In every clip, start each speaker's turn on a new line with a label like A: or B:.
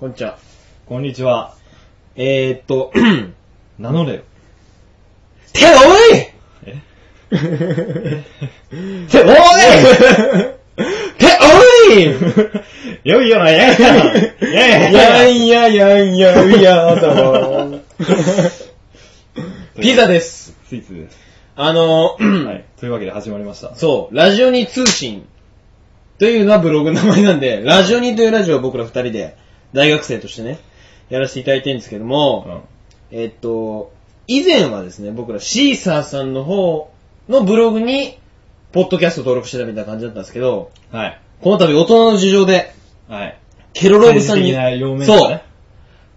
A: こんにちは。
B: こんにちは。えー、っ と、名乗れよ。
A: 手おい
B: え
A: 手おい手おい
B: よいよな、やいやな。やいや
A: やんややんやんやだもんピザです。
B: スイーツです。
A: あの、
B: はい。というわけで始まりました。
A: そう、ラジオに通信というのはブログの名前なんで、ラジオにというラジオを僕ら二人で、大学生としてね、やらせていただいてるんですけども、
B: うん。
A: えっと、以前はですね、僕らシーサーさんの方のブログに、ポッドキャスト登録してたみたいな感じだったんですけど、
B: はい。
A: この度大人の事情で、
B: はい。
A: ケロロイブさん
B: 政治
A: に、
B: 的な両面
A: そ
B: だ
A: う
B: ね、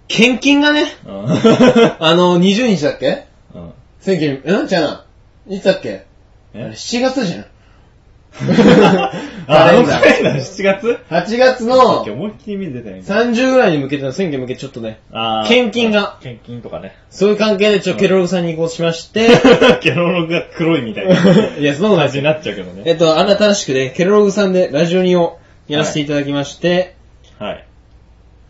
A: 献金がね、
B: うん。
A: あの、20日だっけ
B: うん。
A: 千九え、なんちゃうないつだっけあ
B: え
A: れ、7月じゃん。
B: あ、あの
A: カ
B: カ
A: レ
B: レンダー7月
A: 8月
B: さっ
A: の
B: き思いっきり見てたよね。
A: 30ぐらいに向けての選挙に向けてちょっとね、
B: あー
A: 献金が。
B: 献金とかね。
A: そういう関係でちょっとケロログさんに移行しまして、
B: ケロロが黒いみた いな。
A: いや、そんなことない
B: 感じになっちゃうけどね。
A: えっと、新しくね、ケロログさんでラジオにをやらせていただきまして、
B: はい。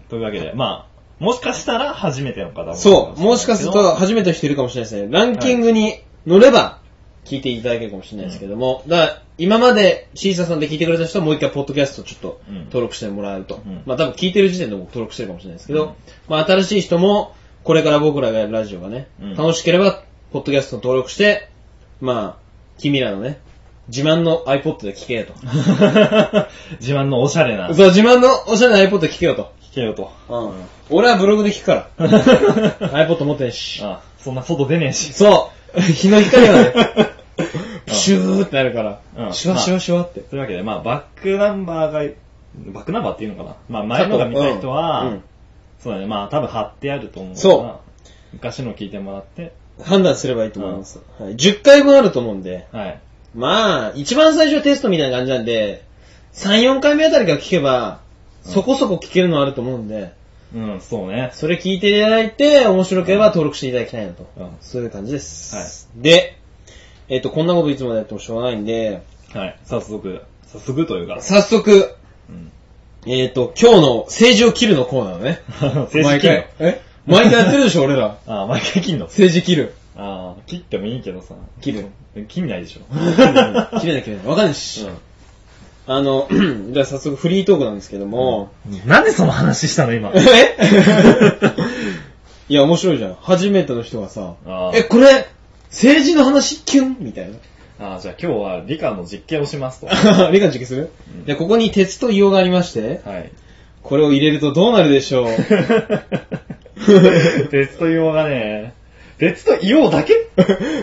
B: というわけで、まあ、もしかしたら初めての方も。
A: そう、もしかすると、初めての人いるかもしれないですね。ランキングに乗れば、聞いていただけるかもしれないですけども、だから、今までシーサーさんで聞いてくれた人はもう一回、ポッドキャストちょっと
B: うん
A: 登録してもらうと。
B: うん
A: まあ多分聞いてる時点でも登録してるかもしれないですけど、
B: うん
A: まあ新しい人も、これから僕らがやるラジオがね、
B: うん
A: 楽しければ、ポッドキャスト登録して、まあ、君らのね、自慢の iPod で聞けよと。
B: 自慢のおしゃれな。
A: そう、自慢のおしゃれな iPod で聞けよと。
B: 聞けよと。
A: うん。俺はブログで聞くから。iPod 持ってねえし。
B: あ、そんな外出ねえし。
A: そう。日の 光がね、プシューってなるか
B: う
A: ら、
B: ん
A: シュワシュワシュワって。
B: というわけで、まあ、バックナンバーが、バックナンバーっていうのかなまあ、前のが見たい人は、
A: うん
B: そうだね、まあ、多分貼ってあると思うから、
A: そ
B: 昔の聞いてもらって、
A: 判断すればいいと思います。はい10回分あると思うんで、
B: はい。
A: まあ、一番最初はテストみたいな感じなんで、3、4回目あたりから聞けば、
B: うん
A: そこそこ聞けるのあると思うんで、
B: うん、そうね。
A: それ聞いていただいて、面白ければ登録していただきたいなと
B: うん。
A: そういう感じです。で、えっと、こんなこといつまでやってもしょうがないんで、
B: はい。早速、早速というか、
A: 早速、
B: うん。
A: えっと、今日の政治を切るのコーナ ーね。
B: 正式切るの。
A: え毎回やってるでしょ、俺ら。
B: ああ、毎回切んの
A: 政治切る。
B: ああ、切ってもいいけどさ。
A: 切る。
B: 切んない でしょ。
A: 切れない切れない。わかんないし。
B: うん
A: あの、 じゃあ早速フリートークなんですけども。
B: なんでその話したの 今
A: えいや、面白いじゃん。初めての人がさ
B: あ、ー
A: え、これ、政治の話キュンみたい
B: ああ、じゃあ今日は理科の実験をしますと。は
A: な。 理解実験する、
B: うん
A: で、ここに鉄と硫黄がありまして、
B: い。
A: これを入れるとどうなるで しょう
B: 鉄と硫黄がね、鉄と硫黄だけ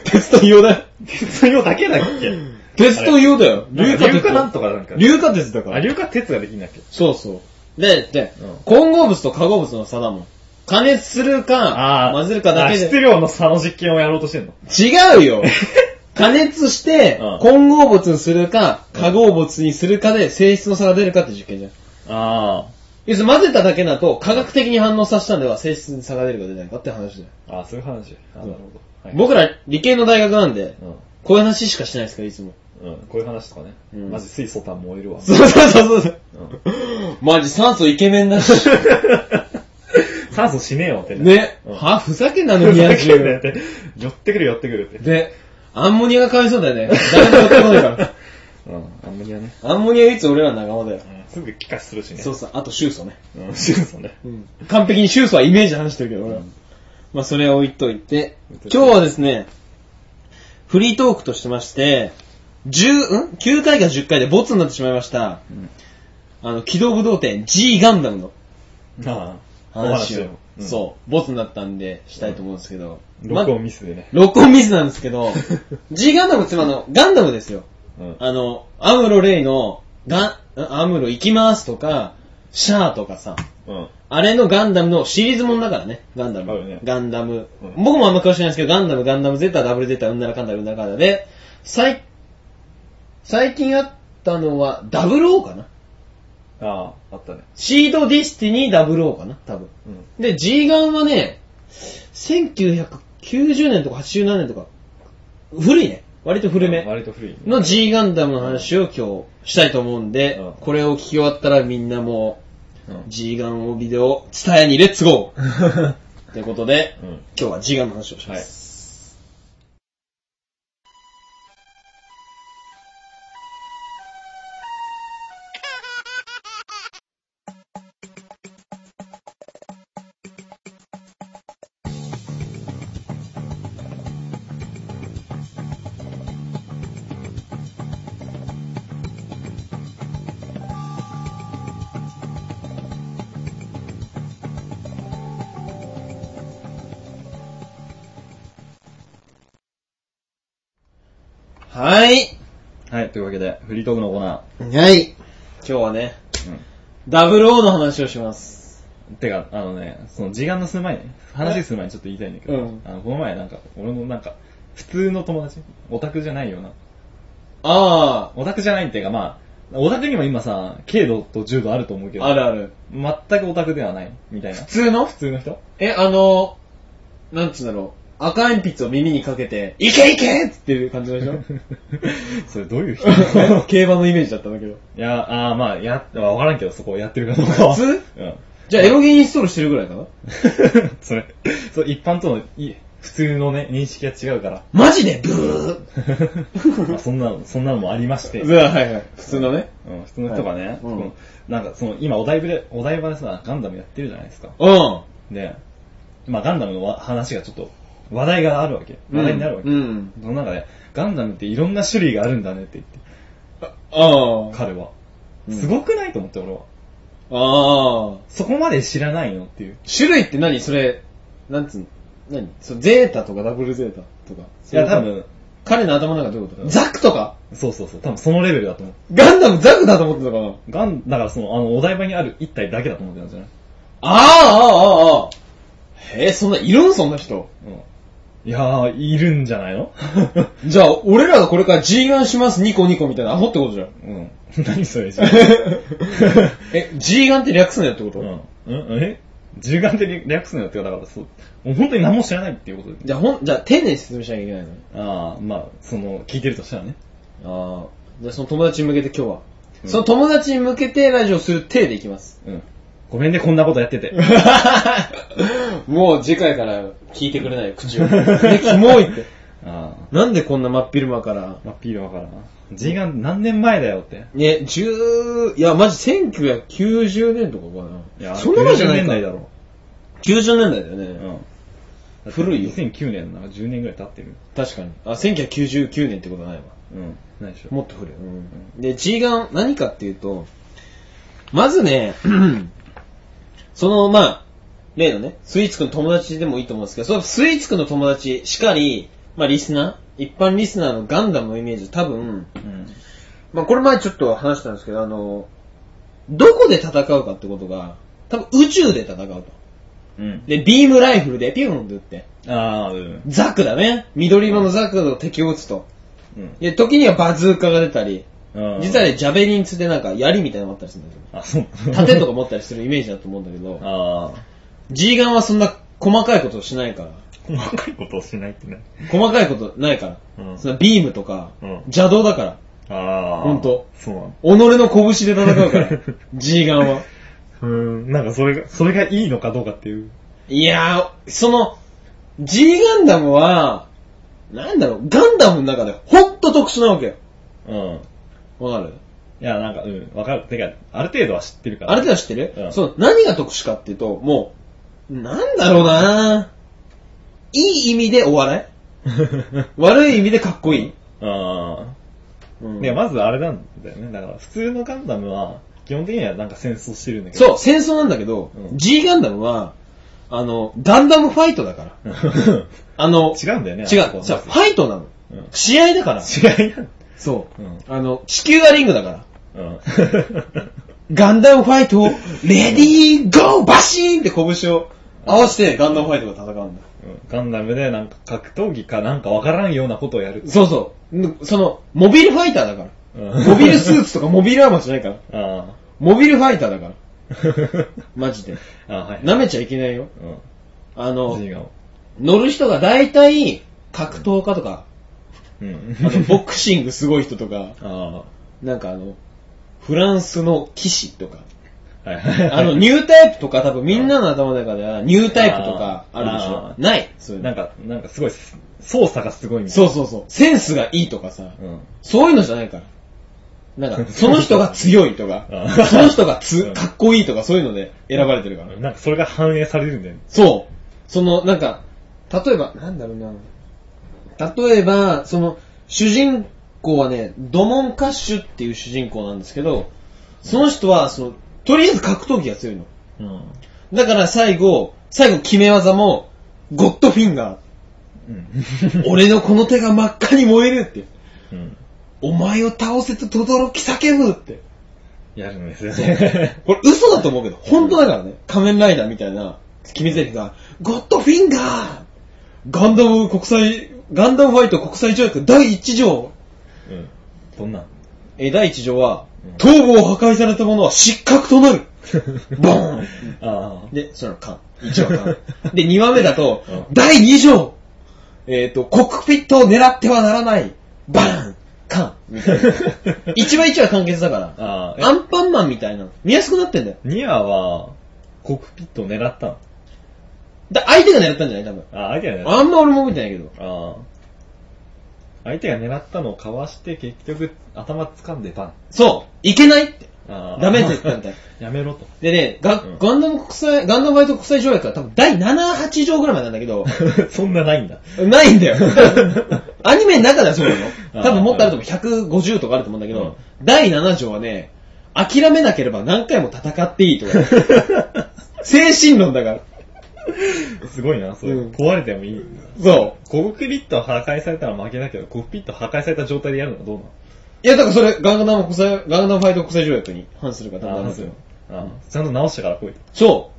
A: 鉄と硫黄だよ。
B: 鉄と硫黄だけだっけ
A: 鉄と硫黄だよ。
B: 硫化
A: 硫
B: 硫
A: 化
B: 化なん
A: 鉄。
B: とかなんか。
A: 硫化鉄だか
B: あ、
A: ら。
B: 硫化鉄ができんだっけ
A: そうそう。で、で、
B: うん
A: 混合物と化合物の差だもん。加熱するか、混ぜるかだけ
B: あ質
A: で。
B: 量の差の実験をやろうとしてんの
A: 違 うよ加熱して
B: うん、
A: 混合物にするか、化合物にするかで性質の差が出るかって実験じゃん。
B: あ
A: 要するに混ぜただけだと、科学的に反応させたんでは性質に差が出るか出ないかって話だよ。
B: あ。ああ、そういう話。あなるほど。はい
A: 僕ら理系の大学なんで、
B: うん。
A: こういう話しかしないですから、い つも。
B: うん、こういう話とかね。
A: うん
B: マジ水素炭燃えるわ。
A: そうそうそうそう。
B: うん
A: マジ酸素イケメン だし。
B: 酸素死ねえよって
A: ね。
B: うん
A: はふざけんなの、
B: ふ
A: ニ
B: ざ
A: ア
B: けんな
A: 充
B: よっ。て。寄ってくる寄ってくるって。
A: で、アンモニアがかわいそうだよね。誰もやってこないから。
B: うん、あんまりやね。
A: アンモニアいつ俺らの仲間だよ。
B: うんすぐ気化するしね。
A: そうそう、あとシュウソね。
B: うん、 水素ね。
A: 完璧にシュウソはイメージ話してるけど、俺は。
B: うん
A: まあ、それは置いといて
B: 置い、といて
A: 今日はですね、フリートークとしてまして、10、ん ?9 回か10回でボツになってしまいました。
B: うん
A: あの、機動武道展 G ガンダムの
B: ああ、
A: 話を、
B: そ
A: そう、ボツになったんで、したいと思うんですけど。
B: うん。
A: ま
B: 録音ミスでね。
A: 録音ミスなんです けど、G ガンダムってあの、ガンダムですよ。
B: うん。
A: あの、アムロレイの、ガン、んアムロ行きますとか、シャーとかさ、
B: うん。
A: あれのガンダムのシリーズもんだからね、ガンダ
B: ある
A: ム。
B: ね
A: ガンダム、
B: うん
A: 僕もあんま詳しくないんですけど、ガンダム、ガンダム、ゼータ、ダブルゼータ、うんだらかんだらうんだらかんだらで、最、最近あったのは、ダブルオーかな
B: ああ、あったね。
A: シードディスティニーダブルオーかな多分。
B: うん。
A: で、G ガンはね、1990年とか87年とか、古いね。割と古め。
B: 割と古いね。
A: の G ガンダムの話を今日したいと思うんで、
B: うん
A: これを聞き終わったらみんなもう、
B: うん
A: G ガンをビデオ、ツタヤにレッツゴーということで、
B: うん。
A: 今日は G ガンの話をします。はい。
B: はい、というわけで、フリートークのコーナ
A: はい。今日はね、
B: ー。
A: 00の話をします。
B: うん。てか、あのね、その、時間のする前に、話する前にちょっと言いたいんだけど、
A: うん
B: あのこの前なんか、俺のなんか、普通の友達、オタクじゃないような、
A: あ
B: オタクじゃないっていうか、まあ、オタクにも今さ、軽度と重度あると思うけ
A: あ、
B: ど、
A: あるある。
B: 全くオタクではない、みたいな
A: 普。通の
B: 普通の人
A: え、あの、なんつうんだろう。赤鉛筆を耳にかけて、いけいけっていう感じの 人
B: それどういう人
A: 競馬のイメージだったんだけど。
B: いや、あーまあ、や、わからんけど、そこやってるかどうかは。
A: 普通
B: うん。
A: じゃあエロゲインストールしてるぐらいかな
B: それ、そう、一般とのい、普通のね、認識が違うから。
A: マジでブ ー
B: まあ、そんなの、そんなのもありまして。
A: うわはいはい。普通のね。
B: うん、普通の人がね、
A: はい
B: そ
A: うん
B: のなんかその、今お台場で、お台場でさ、ガンダムやってるじゃないですか。
A: うん。
B: で、まあガンダムのわ話がちょっと、話題があるわけ。話題になるわけ。
A: うん。
B: その中で、ガンダムっていろんな種類があるんだねって言って、
A: ああ。
B: 彼は。
A: うん
B: すごくないと思って、俺は。
A: ああ。
B: そこまで知らないのっていう。
A: 種類って何それ、なんつうの何それゼータとかダブルゼータとか。
B: いや、多。分、
A: 彼の頭の中どういうこ
B: う
A: と
B: ん
A: ザクとか
B: そうそうそう、多分そのレベルだと思う。
A: ガンダムザクだと思ってたかな
B: ガン、だからその、あの、お台場にある一体だけだと思ってたんじゃない
A: ああ、ああ、ああ。へえ、そんな、いるんそんな人。
B: うん。いやー、いるんじゃない の
A: じゃあ、俺らがこれから G ガンします、ニコニコみたいなアホってことじゃん。
B: うん。何それじゃあ
A: え、G ガンって略すのよってこと、
B: うん。うんえ銃眼でリラックスのやつが、だからそう、もう本当に何も知らないっていうことで。
A: じゃあ、ほん、じゃあ、丁寧に説明しなきゃいけないの
B: ああ、まあ、その、聞いてるとしたらね。
A: ああ。じゃあ、その友達に向けて今日は。
B: うん
A: その友達に向けてラジオする体でいき ます。
B: うん。ごめんね、こんなことやってて。
A: もう次回から聞いてくれないよ、 口を。え、キモいって。
B: あ
A: なんでこんな真っ昼間から。
B: あ、まあ、ピールわからんな。銃眼何年前だよって。
A: ね、10、いや、マジ1990年とか
B: い
A: か
B: や、
A: な。そんな前じゃない
B: 90
A: か。
B: 年代だろ。
A: 90年代だよね。
B: うん。
A: 古いよ
B: 2009年なら10年ぐらい経ってるよ。
A: 確かに。あ、1999年ってことはないわ。
B: うん。ないでしょ。
A: もっと古い。で、G ガン、何かっていうと、まずね、00その、まあ、例のね、スイーツくんの友達でもいいと思うんですけど、そのスイーツくんの友達、しかり、まあ、リスナー、一般リスナーのガンダムのイメージ、多分、
B: うん。
A: まあ、これ前ちょっと話したんですけど、あの、どこで戦うかってことが、多分宇宙で戦うと。
B: うん。
A: で、ビームライフルでピューンって打って、
B: ああ、うん。
A: ザクだね。緑色のザクの敵を撃つと。
B: うん。
A: で、時にはバズーカが出たり、
B: うん
A: 実はね、ジャベリンつってなんか槍みたいなのもあったりするんだけ
B: あ、そう。
A: ど、盾とか持ったりするイメージだと思うんだけど、
B: ああ。
A: G ガンはそんな細かいことをしないから、
B: 細かいことをしないってね。
A: 細かいことないから、
B: うん
A: そんなビームとか、
B: うん
A: 邪道だから、
B: ああ。
A: ほんと
B: そうなんだ。
A: 己の拳で戦うから、G ガンは。
B: うーん、なんかそれが、それがいいのかどうかっていう。
A: いやー、その、G ガンダムは、なんだろう、ガンダムの中でほんと特殊なわけよ。
B: うん。
A: わかる
B: いや、なんか、うん、わかる。てか、ある程度は知ってるから。
A: ある程度知ってる、
B: うん
A: その何が特殊かっていうと、もう、なんだろうなぁ。いい意味でお笑
B: 度
A: い悪い意味でかっこいい。
B: あ
A: う
B: あ。
A: ん
B: いや、まずあれなんだよね。だから、普通のガンダムは、基本的にはなんか戦争してるんだけど。
A: そう、戦争なんだけど、
B: うん
A: G ガンダムは、あの、ガンダムファイトだから。
B: う。
A: あの、
B: 違うんだよね。
A: 違、
B: あそうこは
A: じゃあファイトなの。
B: うん
A: 試合だから。
B: 違いなん
A: そう、
B: うん
A: あの、地球はリングだから。
B: うん。
A: ガンダムファイトを、レディーゴーバシーンって拳を合わせてガンダムファイトが戦うんだ。
B: うんガンダムでなんか格闘技かなんかわからんようなことをやる。
A: そうそうぬ。その、モビルファイターだから。
B: うん
A: モビルスーツとかモビルアーマーじゃないから。
B: あ
A: モビルファイターだから。
B: あ。
A: マジで。
B: あはい。
A: 舐めちゃいけないよ。
B: うん。
A: あ
B: 自
A: の、
B: 信があ
A: 乗る人が大体、格闘家とか、
B: るうん。
A: あの、ボクシングすごい人とか、
B: あ
A: なんかあの、フランスの騎士とか、
B: あ。はいはい
A: あの、ニュータイプとか多分みんなの頭の中ではニュータイプとかあるでし
B: あ
A: ょ
B: ー
A: ないそういう
B: なん
A: の。
B: か、なんかすごい、操作がすごいみたい
A: そうそうそう。センスがいいとかさ、
B: な。うん。
A: そういうのじゃないから。なんか、その人が強いとか
B: あ、ー
A: その人がつ、
B: うん
A: かっこいいとかそういうので選ばれてるから。
B: なんかそれが反映されるんだよね。
A: そう。その、なんか、例えば、なんだろうな。例えば、その、主人公はね、ドモンカッシュっていう主人公なんですけど、その人は、その、とりあえず格闘技が強いの。
B: うん。
A: だから最後、最後決め技も、ゴッドフィンガ
B: う
A: ー。俺のこの手が真っ赤に燃えるって。
B: ん。
A: お前を倒せと轟き叫ぶって。
B: やるんですよね。
A: これ嘘だと思うけど、本当だからね。仮面ライダーみたいな決め台詞が、ゴッドフィンガーガンダム国際、ガンダムファイト国際条約第1条
B: うん。どんなん
A: えー、第1条は
B: うん、
A: 頭部を破壊された者は失格となるボーン
B: あ
A: で、その缶。一話缶。で、2話目だと、
B: うん
A: 第2条えっ、と、コックピットを狙ってはならないバーン缶 みたいな一話一話完結だから、
B: あ。あ
A: アンパンマンみたいなの見やすくなってんだよ。
B: ニアは、コックピットを狙ったの
A: だ相手が狙ったんじゃない多分。
B: あ、相手が狙った。
A: あんま俺も覚えてないけど。
B: ああ。相手が狙ったのをかわして、結局、頭掴んでバン。
A: そういけないって。
B: ああ
A: ダメって言ったんだよ。
B: やめろと。
A: でね、ガ,、
B: うん
A: ガンダム国際、ガンダムファイト国際条約は多分第7、8条ぐらいまでなんだけど、
B: そんなないんだ。
A: ないんだ よ。アニメの中ではそうな
B: あー
A: の多分もっとあると思う。150とかあると思うんだけど、
B: う
A: 第7条はね、諦めなければ何回も戦っていいとか。 精神論だから。
B: すごいな、それ。
A: うん
B: 壊れてもいいんだ。
A: そう。
B: コックピット破壊されたら負けだけど、コックピット破壊された状態でやるのはどうなの
A: いや、だからそれ、ガンダム国際、ガンダムファイト国際条約に反するから多分ダメですよ。
B: ああちゃんと直したから来い。
A: そ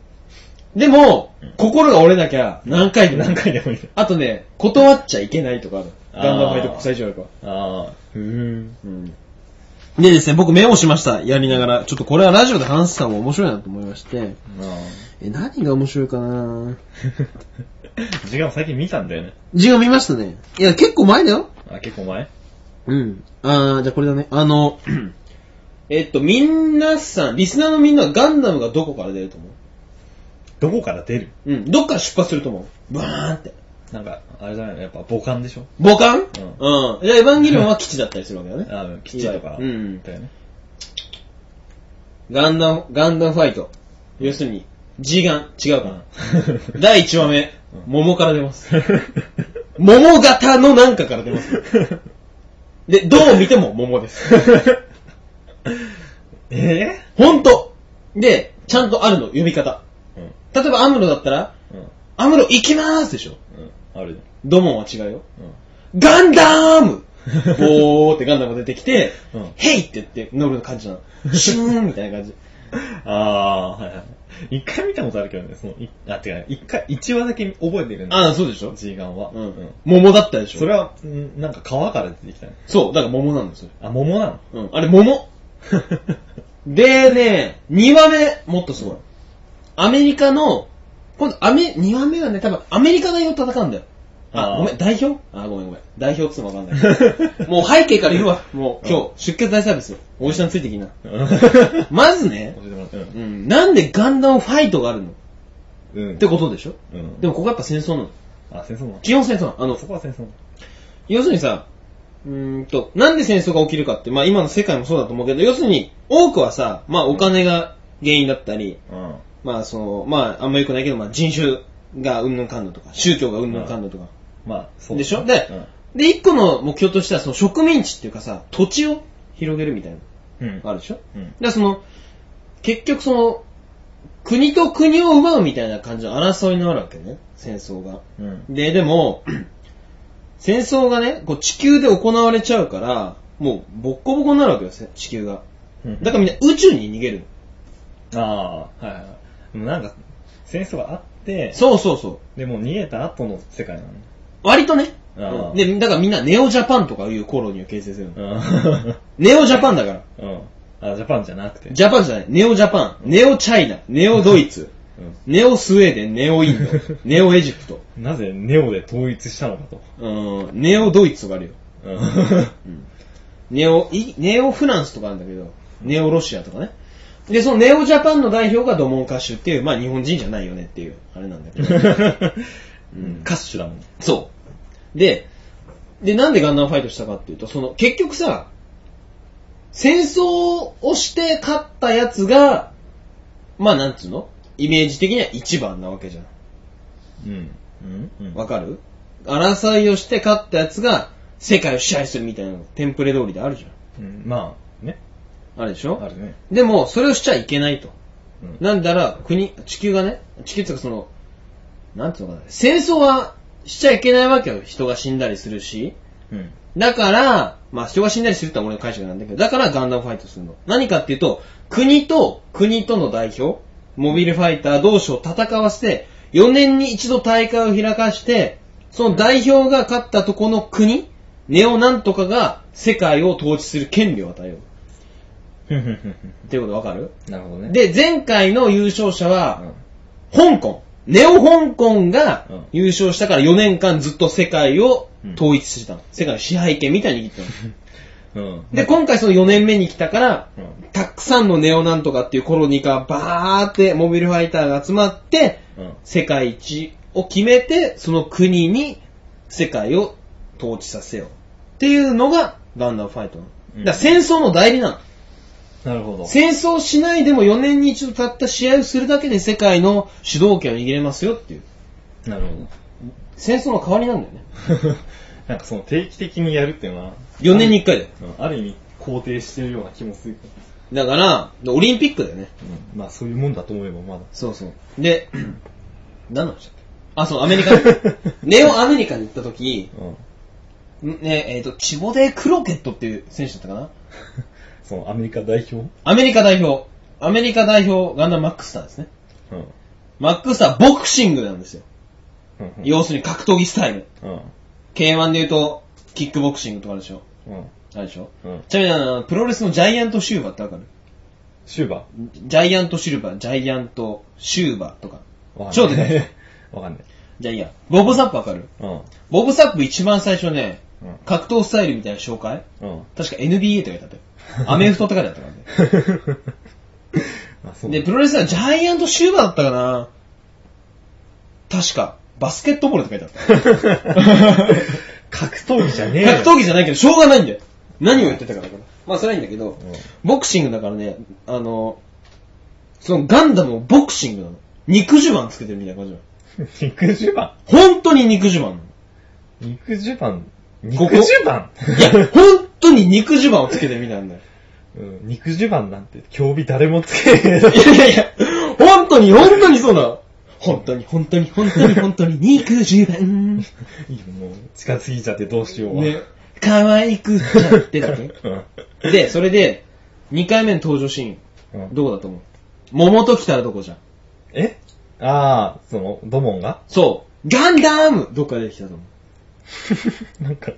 A: う。でも、心が折れなきゃ何回でも
B: 何回でもいい。
A: あとね、断っちゃいけないとかある。
B: あー
A: ガンダムファイト国際条約は。
B: ああ。うーん。
A: うん。でですね、僕メモしました。やりながら。ちょっとこれはラジオで話した方が面白いなと思いまして。え、何が面白いかな
B: 時間最近見たんだよね。
A: 字が見ましたね。いや、結構前だよ。
B: あ、結構前
A: うん。あー、じゃあこれだね。あ の、えっと、みんなさん、リスナーのみんなはガンダムがどこから出ると思
B: どこから出る
A: ううん。どっから出発すると思うバーンって。
B: なんか、あれじゃないのやっぱ母艦でしょ
A: 母艦うん。じゃあエヴァンゲリオンは基地だったりするわけ だね。
B: ああ基地とか。
A: うん
B: だよね。
A: ガンダム、ガンダムファイト。要するに、G ガン、 違うかな。
B: う
A: 第1話目、桃から出ます。
B: ん
A: 桃型のなんかから出ます。で、どう見ても桃です。
B: え
A: ほんとで、ちゃんとあるの、呼び方。
B: ぇ、うん。
A: 例えばアムロだったら、
B: うん。
A: アムロ行きまーすでしょ。
B: うん。あるじ
A: ドモンは違うよ。
B: ゃん。うん。
A: ガンダーム ボーってガンダムが出てきて、
B: うん
A: ヘイって言って乗る感じなの。 シューンみたいな感じ。
B: あー、はいはい。一回見たことあるけどね、その、いあ、違う、一回、一話だけ覚えてるんだ。
A: ああ、そうでしょ
B: G ガンは。
A: うん。桃だったでしょ。
B: それは、んなんか川から出てきたね。
A: そう、だから桃なんですよ。
B: あ、桃なの
A: うん。あれ、桃。でね、2話目、もっとすごい。アメリカの、今度アメ、2話目はね、多分アメリカ代表戦うんだよ。あ、
B: あー
A: ごめん、代表あ、ごめんごめん。代表っつってもわか ん ない。もう背景から言うわ。もう今日、出血大サービスよ。おじさんついて きな。
B: うん
A: まずね
B: 教、えてもらって。うん
A: うん、なんでガンダムファイトがあるのっ
B: うん。
A: てことでしょ
B: うん。
A: でもここやっぱ戦争なの。
B: あ、戦争なの
A: 基本戦争なの。あの
B: そ、こは戦争なの
A: 要するにさ、うーんと、なんで戦争が起きるかって、まあ今の世界もそうだと思うけど、要するに、多くはさ、まあお金が原因だったり、
B: うん。
A: まあその、まああんま良くないけど、まあ人種がうんぬんかんぬんとか、宗教がうんぬんかんぬんとか。
B: まあ、そう。
A: でしょでで、一個の目標としては、その植民地っていうかさ、土地を広げるみたいな
B: うん。うん
A: の。があるでしょ
B: うん。
A: で、その、結局その、国と国を奪うみたいな感じの争いになるわけね、戦争が。
B: うん。
A: で、でも、戦争がね、こう地球で行われちゃうから、もうボッコボコになるわけですよ、地球が。
B: うん
A: だからみんな宇宙に逃げる。
B: ああ、はいはい。でもなんか、戦争があって、
A: そうそうそう。
B: でも逃げた後の世界なのね。
A: 割とね。
B: あー
A: うんで、だからみんなネオジャパンとかいうコロニーを形成するの。
B: うん。
A: ネオジャパンだか
B: う
A: ら。
B: ん。あ、ジャパンじゃなくて。
A: ジャパンじゃない。ネオジャパン。ネオチャイナ。ネオドイ
B: う
A: ツ。
B: ん
A: ネオスウェーデン。ネオイン ド。ネオエジプト。
B: なぜネオで統一したのかと。
A: うん。ネオドイツとかあるよ。
B: うん。
A: ネオ、いネオフランスとかあるんだけど、ネオロシアとかね。で、そのネオジャパンの代表がドモン歌手っていう、まあ日本人じゃないよねっていう、あれなんだ けど。
B: うん歌手だもん。
A: そう。で、で、なんでガンダムファイトしたかっていうと、その、結局さ、戦争をして勝ったやつが、まあなんつうのイメージ的には一番なわけじゃ
B: う
A: ん。
B: ん。うん
A: わかる争いをして勝ったやつが世界を支配するみたいなのテンプレ通りであるじ
B: うん。まあ、ね。
A: ゃん。あるでしょ
B: あるね。
A: でも、それをしちゃいけないと。
B: うん
A: なんだら、国、地球がね、地球っていうかその、なんつうのかな、戦争はしちゃいけないわけよ。人が死んだりするし。
B: うん。
A: だから、まあ人が死んだりするってのは俺の解釈なんだけど、だからガンダムファイトするの。何かっていうと、国と国との代表、モビルファイター同士を戦わせて、4年に一度大会を開かして、その代表が勝ったとこの国、ネオなんとかが世界を統治する権利を与えよう。
B: ふんふんふんふん
A: っていうことわかる
B: なるほどね。、
A: で、前回の優勝者
B: う
A: は
B: ん、
A: 香港。ネオ香港が
B: うん
A: 優勝したから4年間ずっと世界を
B: うん
A: 統一してたの。世界の支配権みたいに握ってたの。
B: うん。
A: で、今回その4年目に来たから、
B: うん
A: たくさんのネオなんとかっていうコロニカがバーってモビルファイターが集まって、
B: うん。
A: 世界一を決めて、その国に世界を統治させよう。っていうのがガンダムファイトなの。
B: うん
A: だから戦争の代理なの。
B: なるほど。
A: 戦争しないでも4年に一度たった試合をするだけで世界の主導権を握れますよっていう。
B: なるほど。
A: 戦争の代わりなんだよね。
B: なんかその定期的にやるっていうのは、
A: 4年に1回だよ。
B: うんある意味肯定してるような気もするけど。
A: だから、オリンピックだよね。
B: うんまあそういうもんだと思えばまだ。
A: そうそう。で、 何の話だっけあ、そう、アメリカに。 ネオアメリカに行った時、
B: うん。
A: んね、えっ、と、チボデー・クロケットっていう選手だったかな
B: そのアメリカ代表うん。
A: アメリカ代表。アメリカ代表、ガンダムマックスターですね。マックスター、ボクシングなんですよ。
B: うんうん
A: 要するに格闘技スタイル。
B: うん。
A: K1 で言うと、キックボクシングとかあるでしょ
B: うん。
A: あるでしょ
B: うん。
A: ちなみにあの、プロレスのジャイアント・シューバーってわかる
B: シューバ
A: ジャイアント・シルバー、ジャイアント・シューバーとか。
B: ーわかんない
A: ちょっとね。
B: わかんない。
A: じゃあいいや。ボブ・サップわかる
B: うん。
A: ボブ・サップ一番最初ね、
B: うん
A: 格闘スタイルみたいな紹介
B: うん。
A: 確か NBA って書いてあったよ。アメフトって書いてあったからね。
B: まあそう
A: で、プロレスはジャイアントシューバーだったかな確か、バスケットボールって書いてあ っ
B: 格闘技じゃねえよ
A: た。。格闘技じゃないけど、しょうがないんだよ。何を言ってたかだから。まあ、それはいいんだけど、ボクシングだからね、あの、そのガンダムをボクシングなの。肉襦袢つけてるみたいな感じなの。
B: うん。肉襦袢
A: 本当に肉襦袢なの。
B: 肉襦袢
A: ここ
B: 肉襦袢
A: いや、本当に肉襦袢をつけてるみたいなんだよ。
B: うん肉襦袢なんて、競技誰もつけ ねえだろ
A: いやいやいや、本当に本当にそうなの。本当に本当に本当に本当に肉襦袢。
B: いいよもう、近すぎちゃってどうしようは。
A: ね。可愛くっちゃってだ け。
B: う
A: で、それで、2回目の登場シーン、
B: んうん。
A: どこだと思う桃と来たらどこじゃん。
B: えああ、その、ドモン が
A: そう。ガンダムどっから出てきたと思う
B: なんか、い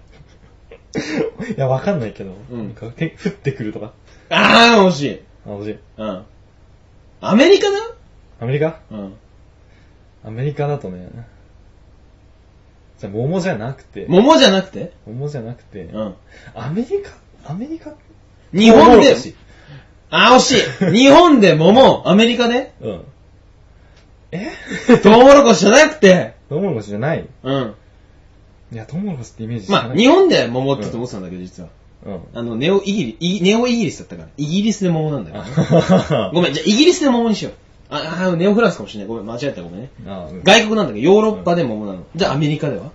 B: や、わかんないけど、
A: うん
B: なんかて降ってくるとか。
A: あー、惜しい。
B: あ、おじ
A: うん。アメリカだ
B: アメリカ
A: うん。
B: アメリカだとね、じゃあ、桃じゃなくて、
A: 桃じゃなくて
B: 桃じゃなくて、
A: うん。
B: アメリカアメリカ
A: 日本
B: トウモロ
A: で
B: コ、シ
A: あー、惜し い。日本で桃、アメリカ で
B: うん。 え
A: トウモロコシじゃなくて、
B: トウモロコシじゃない
A: うん。
B: いや、トウモロコシってイメージしか
A: ま
B: な
A: あ、
B: い。
A: 日本で桃って思ってたんだけど、実は。
B: うん。
A: あの、ネオイギリイギ、ネオイギリスだったから。イギリスで桃なんだよ。
B: あ
A: ごめん、じゃあイギリスで桃にしよう。あ、あネオフランスかもしれない。ごめん、間違えたごめんね。
B: あうん
A: 外国なんだけど、ヨーロッパで桃なの。じゃあアメリ カでは